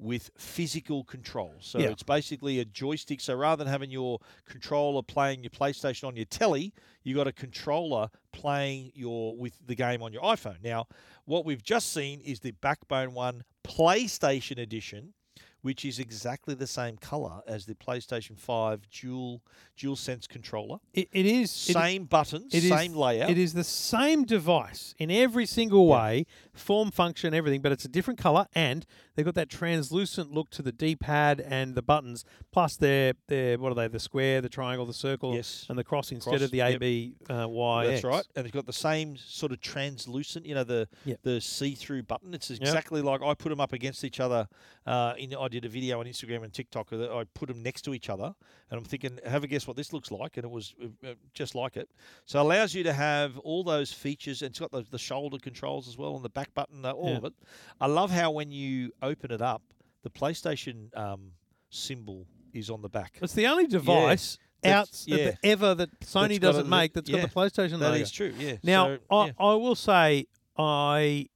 with physical controls. So
Yeah.
it's basically a joystick. So rather than having your controller playing your PlayStation on your telly, you got a controller playing your with the game on your iPhone. Now, what we've just seen is the Backbone One PlayStation Edition, which is exactly the same color as the PlayStation Five Dual Dual Sense controller.
It, it is it-
same buttons,
it is-
same layout.
It is the same device in every single way, form, function, everything, but it's a different color, and they've got that translucent look to the D-pad and the buttons. Plus, they're they're what are they? The square, the triangle, the circle,
Yes.
and the cross instead
Cross,
of the
yep.
AB uh, Y.
That's right, and it's got the same sort of translucent, you know, the
Yep.
the see-through button. It's exactly like I put them up against each other. Uh, in I did a video on Instagram and TikTok. That I put them next to each other, and I'm thinking, have a guess what this looks like, and it was uh, uh, just like it. So it allows you to have all those features, and it's got the, the shoulder controls as well, and the back button, uh, all
Yeah.
of it. I love how when you open it up, the PlayStation um, symbol is on the back.
It's the only device out
that's- yeah.
that ever that Sony
got
doesn't
a-
make that's
yeah,
got the PlayStation
That
logo.
is true. Yeah.
Now,
So,
I,
yeah.
I will say, I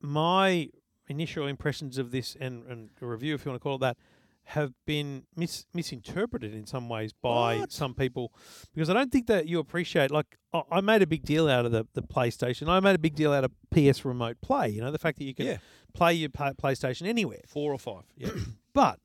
my initial impressions of this and, and a review, if you want to call it that, have been mis- misinterpreted in some ways by
What?
some people because I don't think that you appreciate. Like, I, I made a big deal out of the, the PlayStation. I made a big deal out of PS Remote Play. You know, the fact that you can
Yeah.
play your pa- PlayStation anywhere.
four or five. Yeah.
But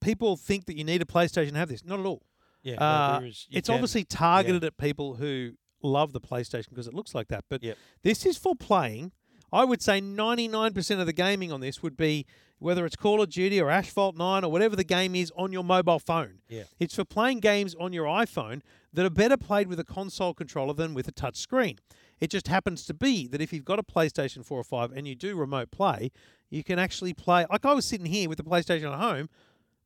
people think that you need a PlayStation to have this. Not at all.
Yeah,
Uh,
no, there is- you
it's
can-
obviously targeted at people who love the PlayStation because it looks like that. But
Yep.
this is for playing. I would say 99% of the gaming on this would be whether it's Call of Duty or Asphalt 9 or whatever the game is on your mobile phone.
Yeah.
It's for playing games on your iPhone that are better played with a console controller than with a touch screen. It just happens to be that if you've got a PlayStation 4 or 5 and you do remote play, you can actually play. Like I was sitting here with the PlayStation at home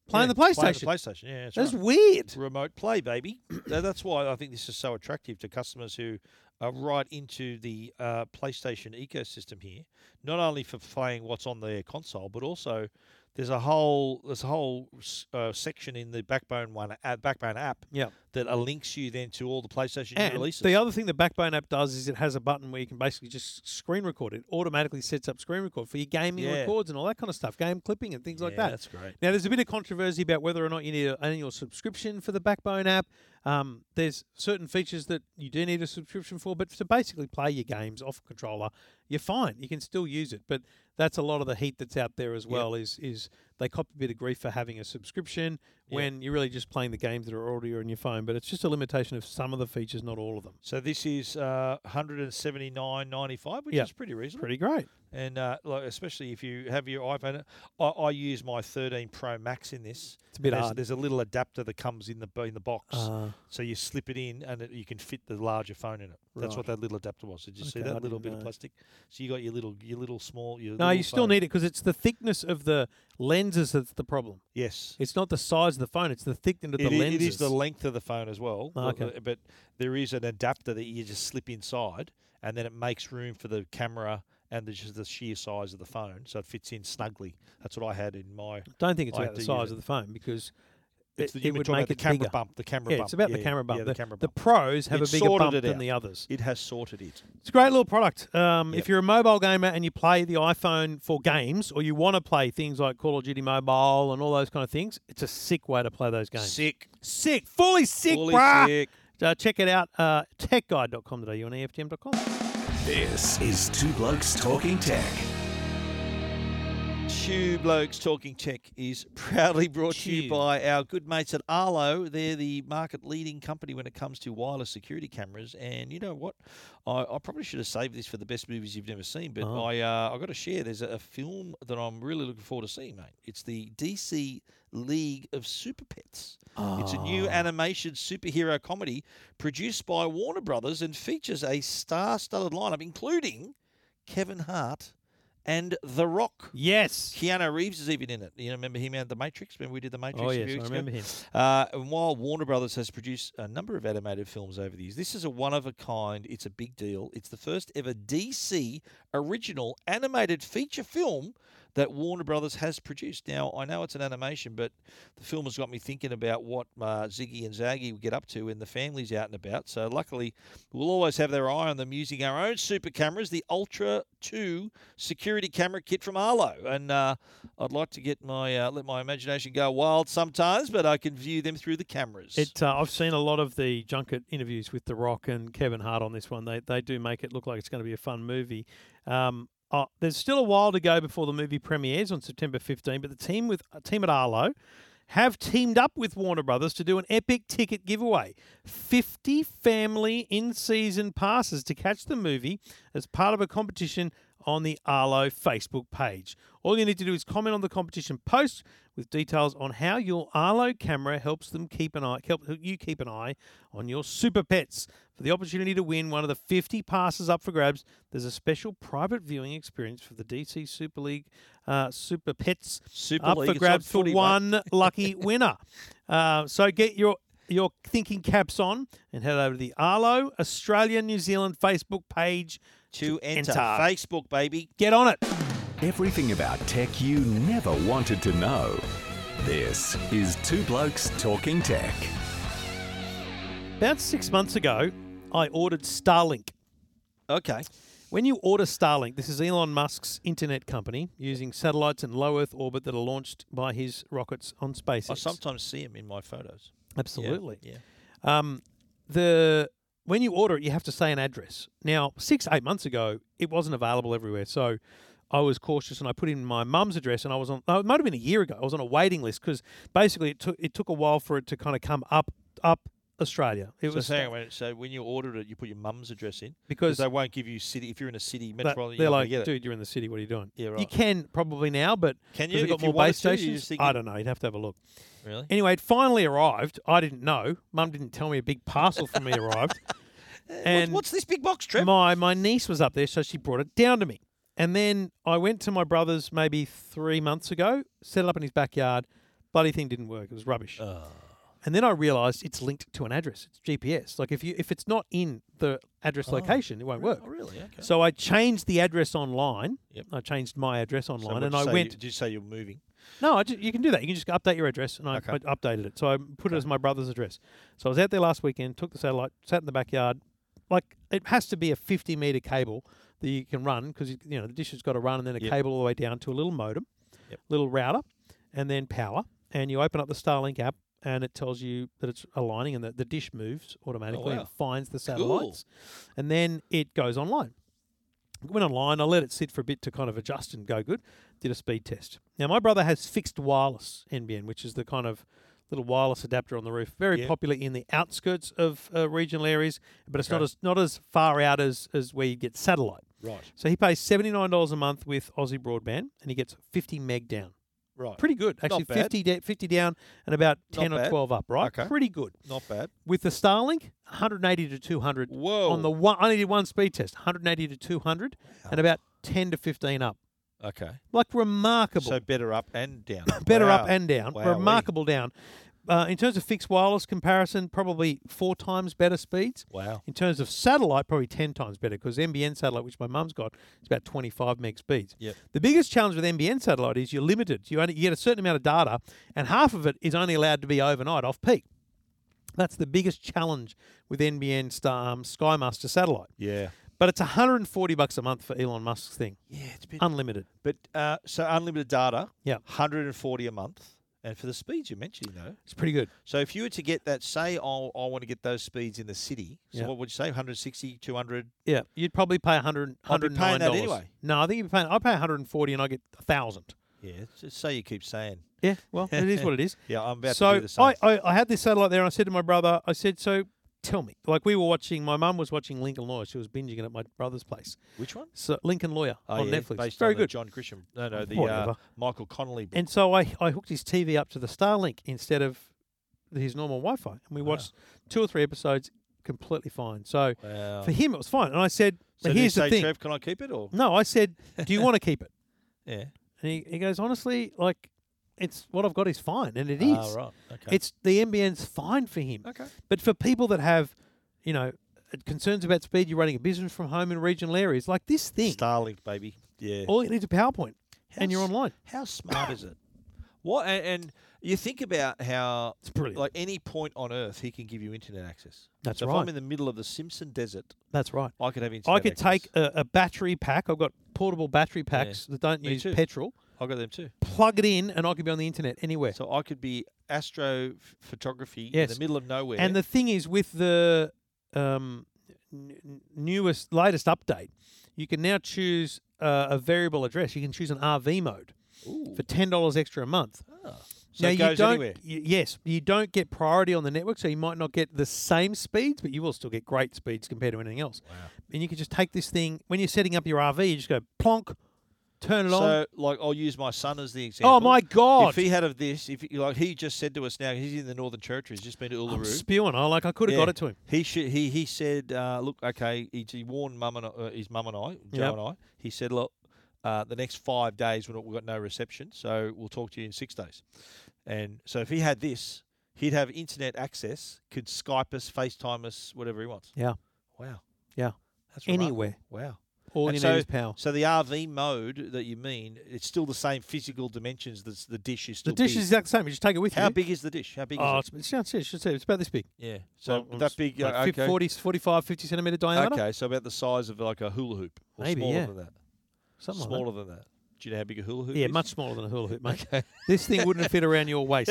playing
Yeah,
the PlayStation.
PlayStation. Yeah, that's,
That's
right.
weird.
remote play, baby. Tha- that's why I think this is so attractive to customers who are right into the uh, PlayStation ecosystem here. Not only for playing what's on their console, but also There's a whole there's a whole s- uh, section in the Backbone one uh, Backbone app
Yeah.
that uh, links you then to all the PlayStation new
And
releases.
the other thing the Backbone app does is it has a button where you can basically just screen record. It automatically sets up screen record for your gaming
Yeah.
records and all that kind of stuff, game clipping and things like
Yeah,
that.
That's great.
Now, there's a bit of controversy about whether or not you need an annual subscription for the Backbone app. Um, there's certain features that you do need a subscription for, but to basically play your games off a controller, you're fine. You can still use it, but that's a lot of the heat that's out there as well. Is is they cop a bit of grief for having a subscription when you're really just playing the games that are already on your phone. But it's just a limitation of some of the features, not all of them.
So this is uh, 179.95, which
Yeah.
is pretty reasonable.
Pretty great.
And uh, like, especially if you have your iPhone, I, I use my 13 Pro Max in this.
It's a bit
there's,
hard. Uh-huh.
There's a little adapter that comes in the b- in the box, so you slip it in and it, you can fit the larger phone in it. That's
Right.
what that little adapter was. Did you see
Okay, I
that little
didn't
bit of
know.
plastic? So you got your little your little small. Your
no,
little
you still
phone.
need it because it's the thickness of the lenses that's the problem.
Yes.
It's not the size of the phone; it's the thickness of
It
the
i-
lenses.
it is the length of the phone as well.
Oh, okay.
But there is an adapter that you just slip inside, and then it makes room for the camera and the, just the sheer size of the phone, so it fits in snugly. That's what I had in my.
Don't think it's
I
about
had
the
to use
size
it.
of the phone because
It's
it,
the,
it
you were
would
talking
make
about the
it
camera
bigger.
bump. The camera
Yeah,
bump.
it's about the
yeah,
camera bump.
Yeah,
the,
the camera
the
bump.
pros have
It's
a bigger
sorted
bump
it
than
out.
the others.
It has sorted it.
It's a great little product. Um,
Yep.
If you're a mobile gamer and you play the iPhone for games, or you want to play things like Call of Duty Mobile and all those kind of things, it's a sick way to play those games.
Sick.
Sick, fully sick,
Fully
bruh.
sick.
Uh, check it out, uh, techguide.com.au and EFTM.com.
This is Two Blokes Talking Tech.
Two Blokes Talking Tech is proudly brought to you
Chew.
by our good mates at Arlo. They're the market leading company when it comes to wireless security cameras. And you know what? I, I probably should have saved this for the best movies you've never seen, but
Oh.
I uh, I got to share. There's a, a film that I'm really looking forward to seeing, mate. It's the DC League of Super Pets. It's a new animation superhero comedy produced by Warner Brothers and features a star-studded lineup, including Kevin Hart and The Rock.
Yes.
Keanu Reeves is even in it. You know, remember him out of The Matrix? Remember we did The Matrix?
Oh
a few
yes,
weeks
I
ago?
remember him.
Uh, and while Warner Brothers has produced a number of animated films over the years, this is a one of a kind. It's a big deal. It's the first ever DC original animated feature film that Warner Brothers has produced. Now, I know it's an animation, but the film has got me thinking about what uh, Ziggy and Zaggy would get up to when the family's out and about. So, luckily, we'll always have their eye on them using our own super cameras, the Ultra 2 security camera kit from Arlo. And uh, I'd like to get my uh, let my imagination go wild sometimes, but I can view them through the cameras.
It, uh, I've seen a lot of the junket interviews with The Rock and Kevin Hart on this one. They they do make it look like it's going to be a fun movie. Um, uh, there's still a while to go before the movie premieres on September 15, but the team with uh, team at Arlo have teamed up with Warner Brothers to do an epic ticket giveaway. 50 family in-season passes to catch the movie as part of a competition on the Arlo Facebook page. All you need to do is comment on the competition post with details on how your Arlo camera helps them keep an eye help you keep an eye on your super pets. For the opportunity to win one of the 50 passes up for grabs, there's a special private viewing experience for the DC Super League uh, Super Pets
Super
up
League,
for
it's
grabs
on
for
footy, mate.
one lucky winner. Uh, so get your your thinking caps on and head over to the Arlo Australia New Zealand Facebook page
to enter.
enter.
Facebook, baby.
Get on it.
Everything about tech you never wanted to know. This is Two Blokes Talking Tech.
About six months ago, I ordered Starlink.
Okay.
When you order Starlink, this is Elon Musk's internet company using satellites in low Earth orbit that are launched by his rockets on SpaceX.
I sometimes see them in my photos. Yeah,
Absolutely.
Yeah.
Um, the when you order it, you have to say an address. Now, six eight months ago, it wasn't available everywhere, so I was cautious and I put in my mum's address, and I was on. Oh, it might have been a year ago. I was on a waiting list because basically it took it took a while for it to kind of come up up Australia. It
So,
was
hang on a minute. so when you ordered it, you put your mum's address in because
because
they won't give you city if you're in a city
that-
metropolitan.
they're
you're not gonna
like,
get it.
dude, you're in the city. What are you doing?
Yeah,
You
right.
can probably now, but
Can
'cause
you?
they've got
If you
more
wanted
base
to, you just
stations.
think
I
you-
don't know. You'd have to have a look.
really?
Anyway, it finally arrived. I didn't know. Mum didn't tell me a big parcel for me arrived.
What's,
And
what's this big box trip?
my my niece was up there, so she brought it down to me. And then I went to my brother's maybe three months ago, set it up in his backyard. Bloody thing didn't work. It was rubbish. And then I realised it's linked to an address. It's GPS. Like if you if it's not in the address location, it won't work.
Oh, really? Okay.
So I changed the address online.
Yep.
I changed my address
So
online,
what'd
and
you
I
say you-
went.
Did you say you're moving?
No, I ju- you can do that. You can just update your address, and I,
Okay.
I updated it. So I put it as my brother's address. So I was out there last weekend, took the satellite, sat in the backyard. Like it has to be a 50 meter cable that you can run because you, you know the dish has got to run, and then a
Yep.
cable all the way down to a little modem,
Yep.
little router, and then power. And you open up the Starlink app, and it tells you that it's aligning and that the dish moves automatically
Oh, wow.
and finds the satellites, and then it goes online went online. I let it sit for a bit to kind of adjust and go good. Did a speed test. Now my brother has fixed wireless NBN, which is the kind of little wireless adapter on the roof, very
Yep.
popular in the outskirts of uh, regional areas, but it's not
Okay.
as not as far out as as where you get satellite.
Right.
So he pays seventy nine dollars a month with Aussie Broadband, and he gets fifty meg down.
Right.
Pretty good, actually.
bad.
50, da- 50 down and about
Not
ten or
bad.
twelve up, right?
Okay.
Pretty good.
Not bad.
With the Starlink, 180 to 200
Whoa.
on the one. I only did one speed test, 180 to 200, and about 10 to 15 up.
Okay.
Like remarkable.
So better up and down.
Better
Wow.
up and down.
Wowee.
Remarkable down. Uh, in terms of fixed wireless comparison, probably four times better speeds.
Wow.
In terms of satellite, probably 10 times better because NBN satellite, which my mum's got, is about 25 meg speeds.
Yep.
The biggest challenge with NBN satellite is you're limited. You, only, you get a certain amount of data, and half of it is only allowed to be overnight off peak. That's the biggest challenge with NBN star, um, SkyMaster satellite.
Yeah.
But it's 140 bucks a month for Elon Musk's thing,
Yeah, it's been.
unlimited.
Um, but uh, so unlimited data.
Yeah.
140 a month, and for the speeds you mentioned, though.
It's pretty good.
So if you were to get that, say, oh, I want to get those speeds in the city. So
Yeah.
what would you say? 160, 200.
Yeah, you'd probably pay 100
I'd be paying
$109.
that anyway.
No, I think you'd be paying. I pay 140 and I get 1000
Yeah. Just say you keep saying.
Yeah, well, it is what it is.
Yeah, I'm about
so
to do the same.
I, I, I had this satellite there, and I said to my brother, I said, so tell me. Like, we were watching, my mum was watching Lincoln Lawyer. She was binging it at my brother's place.
Which one?
So, Lincoln Lawyer
Oh,
on
yeah,
Netflix.
Based
Very
on the
good. Oh,
John Grisham. No, no, the uh,
Whatever.
Michael Connolly book.
and so I, I hooked his TV up to the Starlink instead of his normal Wi Fi. And we watched two or three episodes completely fine. So
wow.
for him, it was fine. And I said, but
so do you
here's
say,
the thing.
Trev, can I keep it? Or
No, I said, do you want to keep it?
yeah,
And he, he goes, honestly, like, it's what I've got is fine. And it is.
Ah, right. Okay.
It's the NBN's fine for him.
okay.
But for people that have, you know, uh, concerns about speed, you're running a business from home in regional areas, like this thing,
Starlink, baby. Yeah.
all you need is a PowerPoint and you're
How's-
online.
How smart is it? What and, and you think about how
It's brilliant.
like any point on Earth, he can give you internet access.
That's
so If I'm
right.
in the middle of the Simpson Desert,
That's right.
I could have internet.
I could
access.
take a, a battery pack. I've got portable battery packs that don't
Me
use
too.
petrol.
I got them too.
Plug it in, and I could be on the internet anywhere.
So I could be astrophotography in
Yes.
the middle of nowhere.
And the thing is, with the um, n- n- newest, latest update, you can now choose uh, a variable address. You can choose an RV mode
Ooh.
for ten dollars extra a month.
so it goes
you don't,
anywhere.
y- yes, you don't get priority on the network, so you might not get the same speeds, but you will still get great speeds compared to anything else. Wow. And you can just take this thing when you're setting up your RV. You just go plonk, turn it on.
So like I'll use my son as the example.
Oh my god!
If he had of this, if he- like he just said to us now, he's in the Northern Territory. He's just been to
I'm
Uluru.
spewing. I like I could have got
Yeah.
it to him.
He should. He he said, uh, look, okay. He, he warned mum and I- uh, his mum and I, Joe
Yep.
and I. He said, look, uh, the next five days we're not, we've got no reception, so we'll talk to you in six days. And so if he had this, he'd have internet access, could Skype us, FaceTime us, whatever he wants.
Yeah,
Wow.
Yeah.
That's remarkable.
anywhere.
Wow.
All
And
you
so-
need is power.
So the RV mode that you mean, it's still the same physical dimensions. The the dish is
The
still
dish
big.
is the exact same. You just take it with you.
How big is the dish? How big
Oh,
is it?
it's, it's, it's, it's, it's, it's about this big.
Yeah. So
Well,
that
it's
big.
like
uh,
fif-
okay.
40, 45, 50 centimetre diameter.
Okay, so about the size of like a hula hoop, or
Maybe,
smaller
yeah.
than that.
Something
smaller
like
than that. Do you know how big a hula hoop
that. Yeah,
is?
much smaller than a hula hoop, mate. This thing wouldn't fit around your waist.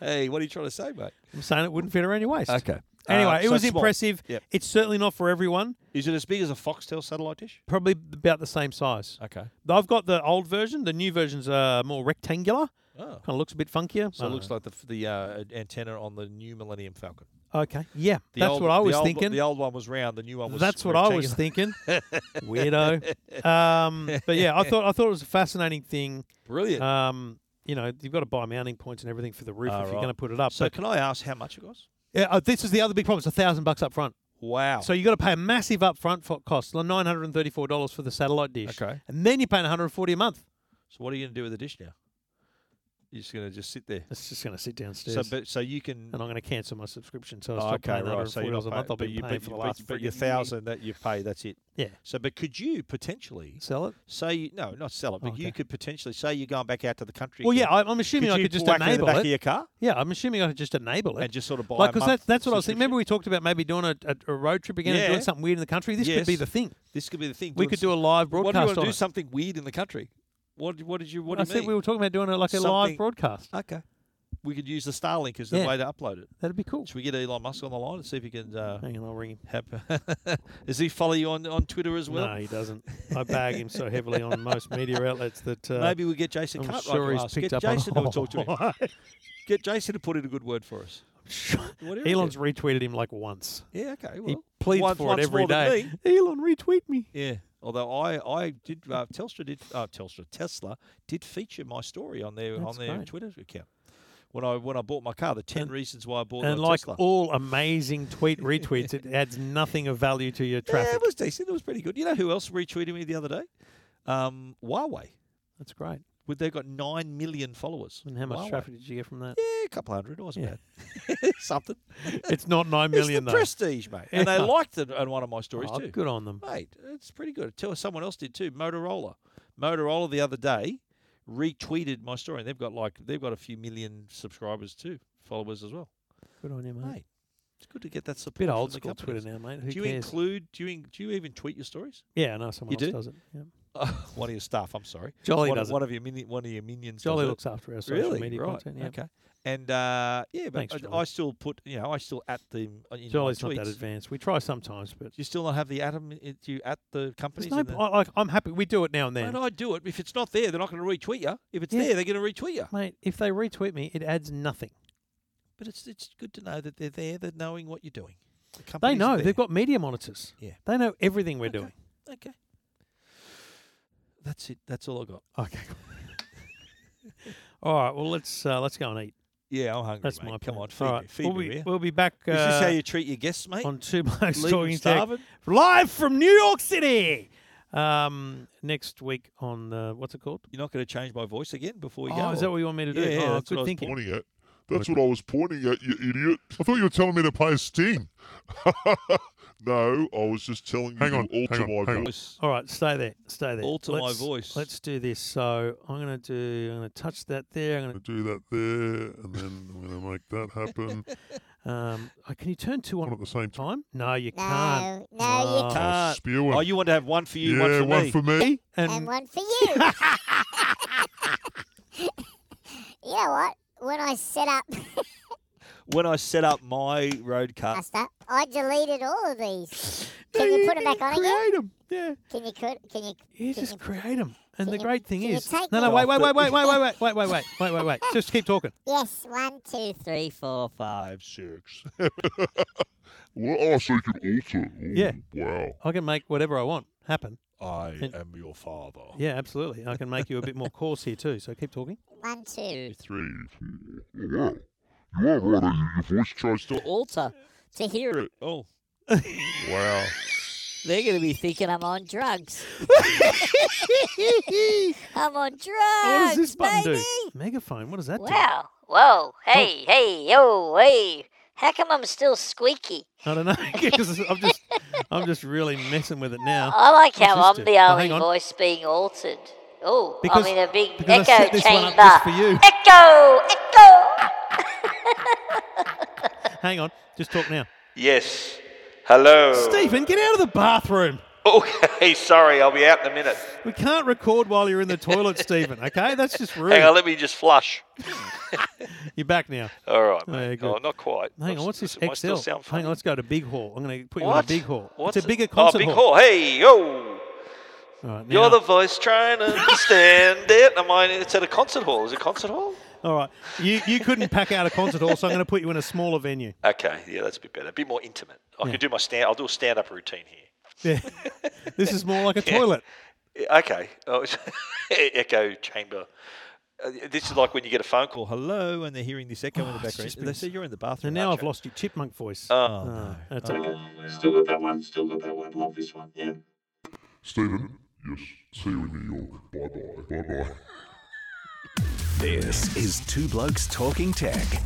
Hey, what are you trying to say, mate?
I'm saying it wouldn't fit around your waist.
Okay.
Anyway,
Uh,
it
so
was
it's small.
impressive.
Yep.
It's certainly not for everyone.
Is it as big as a Foxtel satellite dish?
Probably about the same size.
Okay.
I've got the old version. The new version's uh, more rectangular.
Oh.
Kind of looks a bit funkier.
So it looks like the f- the uh, antenna on the new Millennium Falcon.
Uh, Okay. Yeah,
The
that's
old-
what I
the
was
old-
thinking.
The old one was round. The new one was.
That's what I was thinking. Weirdo. Um, but yeah, I thought I thought it was a fascinating thing.
Brilliant.
Um, you know, you've got to buy mounting points and everything for the roof
Ah,
if
right.
you're going to put it up.
so
but
can I ask how much it costs?
yeah, uh, this is the other big problem. It's a thousand bucks up front.
Wow.
So you got to pay a massive upfront fo- cost, like nine hundred and thirty-four dollars for the satellite dish,
Okay.
and then you're paying one hundred and forty a month.
So what are you going to do with the dish now? You're just going to just sit there.
It's just going to sit downstairs.
So, but so you can.
and I'm going to cancel my subscription. So I
Oh,
stop
okay,
paying
right.
$140
So you're not
a month.
pay-
I've been
but you-
paying
but
for
you-
the last
But
freaking
your
year.
thousand that you pay, that's it.
Yeah.
So, but could you potentially
Sell it?
say you, no, not sell it, but
Oh, Okay.
you could potentially say you're going back out to the country.
Well, yeah,
again.
I, I'm assuming I
you
could just
whack it in the
enable
back
it.
of your car
Yeah, I'm assuming I could just enable it.
and just sort of buy.
like,
a
because
month
that's, that's what I was thinking.
subscription?
Remember, we talked about maybe doing a, a, a road trip again and
Yeah.
doing something weird in the country? This could be
Yes.
the thing.
this could be the thing.
We
doing
could
some-
do a live
What do you
broadcast
want to
on
do?
it.
Something weird in the country. What? What did you? What do
I
you
said
mean?
we were talking about doing a, like a
Something-
live broadcast.
okay. We could use the Starlink as the
Yeah.
way to upload it.
That'd be cool.
Should we get Elon Musk on the line and see if he can uh,
Hang on, I'll ring him.
have? Does he follow you on, on Twitter as well?
no, he doesn't. I bag him so heavily on most media outlets that uh,
Maybe we get Jason
I'm
Cartwright
sure
to
he's
ask.
picked
get
up
Jason
on.
to talk to him. Get Jason to put in a good word for us. What is
Elon's
it?
retweeted him like once.
Yeah, okay. Well,
He pleads
once-
for it
once
every
more than
day.
me.
Elon, retweet me.
Yeah. Although I, I did uh, Telstra did uh, Telstra Tesla did feature my story on their
That's
on their
great.
Twitter account when I when I bought my car, the ten
And-
reasons why I bought
And
a
like
Tesla.
all amazing tweet retweets, it adds nothing of value to your traffic.
Yeah, it was decent. It was pretty good. You know who else retweeted me the other day? Um, Huawei.
That's great.
With they've got nine million followers.
And how much
Huawei.
traffic did you get from that?
Yeah, a couple hundred. It wasn't
Yeah.
bad. Something.
It's not nine million
it's the
though.
prestige, mate. And they
Yeah.
liked it on one of my stories
Oh,
too.
good on them.
Mate, it's pretty good. Tell someone else did too. Motorola, Motorola the other day retweeted my story. and They've got like they've got a few million subscribers too, followers as well.
Good on you, mate.
Mate, it's good to get that support.
Bit
from
old
the
school
companies.
Twitter now, mate. Who
do you
cares?
include? Do you in- do you even tweet your stories?
yeah, I know someone
You
else
do?
does it. Yeah.
one of your staff. I'm sorry.
Jolly
one,
does
one
it.
of your minion, one of your minions. does
Jolly
it.
looks after our social
really
media
right.
content. Yeah.
Okay. And uh, yeah, but
Thanks,
I, I
Jolly.
still put you know I still at the in
Jolly's
my
not
tweets.
that advanced. We try sometimes, but
Do you still not have the atom? Do you at the
there's
companies?
no.
in the-
I, like, I'm happy. We do it now and then.
And I do it. If it's not there, they're not going to retweet you. If it's
Yeah.
there, they're going to retweet you.
Mate, if they retweet me, it adds nothing.
But it's it's good to know that they're there. They're knowing what you're doing. The
They
companies are
know.
there.
They've got media monitors.
Yeah.
They know everything we're
Okay.
doing.
Okay. That's it. That's all I got.
Okay. All right. Well, let's uh, let's go and eat.
Yeah, I'm hungry.
That's
mate.
my
Come
plan.
on, feed
All
me.
right.
Feed
we'll
me.
be,
Be,
we'll be back uh,
Is this how you treat your guests, mate?
on two blokes
Leave 'em
talking tech
starving?
live from New York City. Um, next week on uh, what's it called?
You're not going to change my voice again before we
oh,
go.
is that what you want me to do?
Yeah, yeah,
oh,
that's what I
good
was
thinking.
Pointing at. That's what I was pointing at, you idiot. I thought you were telling me to play a sting. no, I was just telling you to alter my voice.
voice?
All right, stay there. Stay there.
Alter my
Let's-
voice.
Let's do this. So I'm gonna do. I'm gonna touch that there. I'm gonna.
Do that there, and then I'm going to make that happen.
Um, oh, can you turn two
One
on
at the same time.
time? No, you can't.
No, no, you
Oh.
Oh,
Can't.
spewing.
Oh, you want to have one for you,
yeah,
one for me.
me.
can and one for you. you know what? When I set up
When I set up my roadcast,
Asta, I deleted all of these. Can you put them back on again?
create them. Yeah,
Can you cre- can you
you
Can
just
you-
create them. And the
you-
great thing
can you
is,
take
no, no,
it
wait, wait,
off
wait, wait,
the-
wait, wait, wait, wait, wait, wait, wait, wait, wait. Just keep talking.
Yes, one, two, three, four, five.
Five, six. well, oh, so you can alter. Oh,
Yeah.
Wow.
I can make whatever I want happen.
I
And-
am your father.
Yeah, absolutely. I can make you a bit more coarse here too. So keep talking.
One, two.
Three. Oh, Wow. You are right. eh? Your voice tries to.
Alter to hear it.
oh,
Wow.
They're going to be thinking I'm on drugs. I'm on drugs.
what does this button
baby.
do? Megaphone. What Oh. does that
Wow. Whoa. Hey, hey, yo, hey. How come I'm still squeaky?
do? I don't know. 'cause I'm just, I'm just really messing with it now.
I like how
What's this
I'm
do?
the
Oh,
only
hang on.
voice being altered. Oh,
Because-
I'm in a big
because I
echo
set this one
chamber.
up just for you.
Echo, echo.
Hang on. Just talk now.
Yes. Hello.
Stephen, get out of the bathroom.
Okay, sorry, I'll be out in a minute.
We can't record while you're in the toilet, Stephen. Okay, that's just rude.
Hang on, let me just flush.
You're back now.
All right,
Oh,
mate.
yeah,
Oh,
good.
not quite.
Hang on,
I'm
what's
s-
this
am I
XL?
still sound
Hang on,
funny?
let's go to Big Hall. I'm going to put you on
What?
a Big Hall.
What's
it's a
it-
bigger concert
oh, big
hall.
Hey, yo.
All right,
You're
now-
the voice trying to understand it. Am I? It's at a concert hall. Is it a concert hall?
All right, you you couldn't pack out a concert hall, so I'm going to put you in a smaller venue.
Okay, yeah, that's a bit better. A bit more intimate. I could do my stand. I'll do a stand-up routine here.
Yeah. this is more like a toilet.
Yeah, Okay. Oh, it's- echo chamber. Uh, This is like when you get a phone call.
hello, and they're hearing this echo in the
it's
background.
just
they
been
say
s-
you're in the bathroom.
And now
aren't
I've
you?"
lost your chipmunk voice.
Oh,
Oh,
no.
that's all-
Still got that one. Still got that one. Love this one. Yeah.
Stephen. Yes. See you in New York. Bye bye. Bye bye.
This is Two Blokes Talking Tech.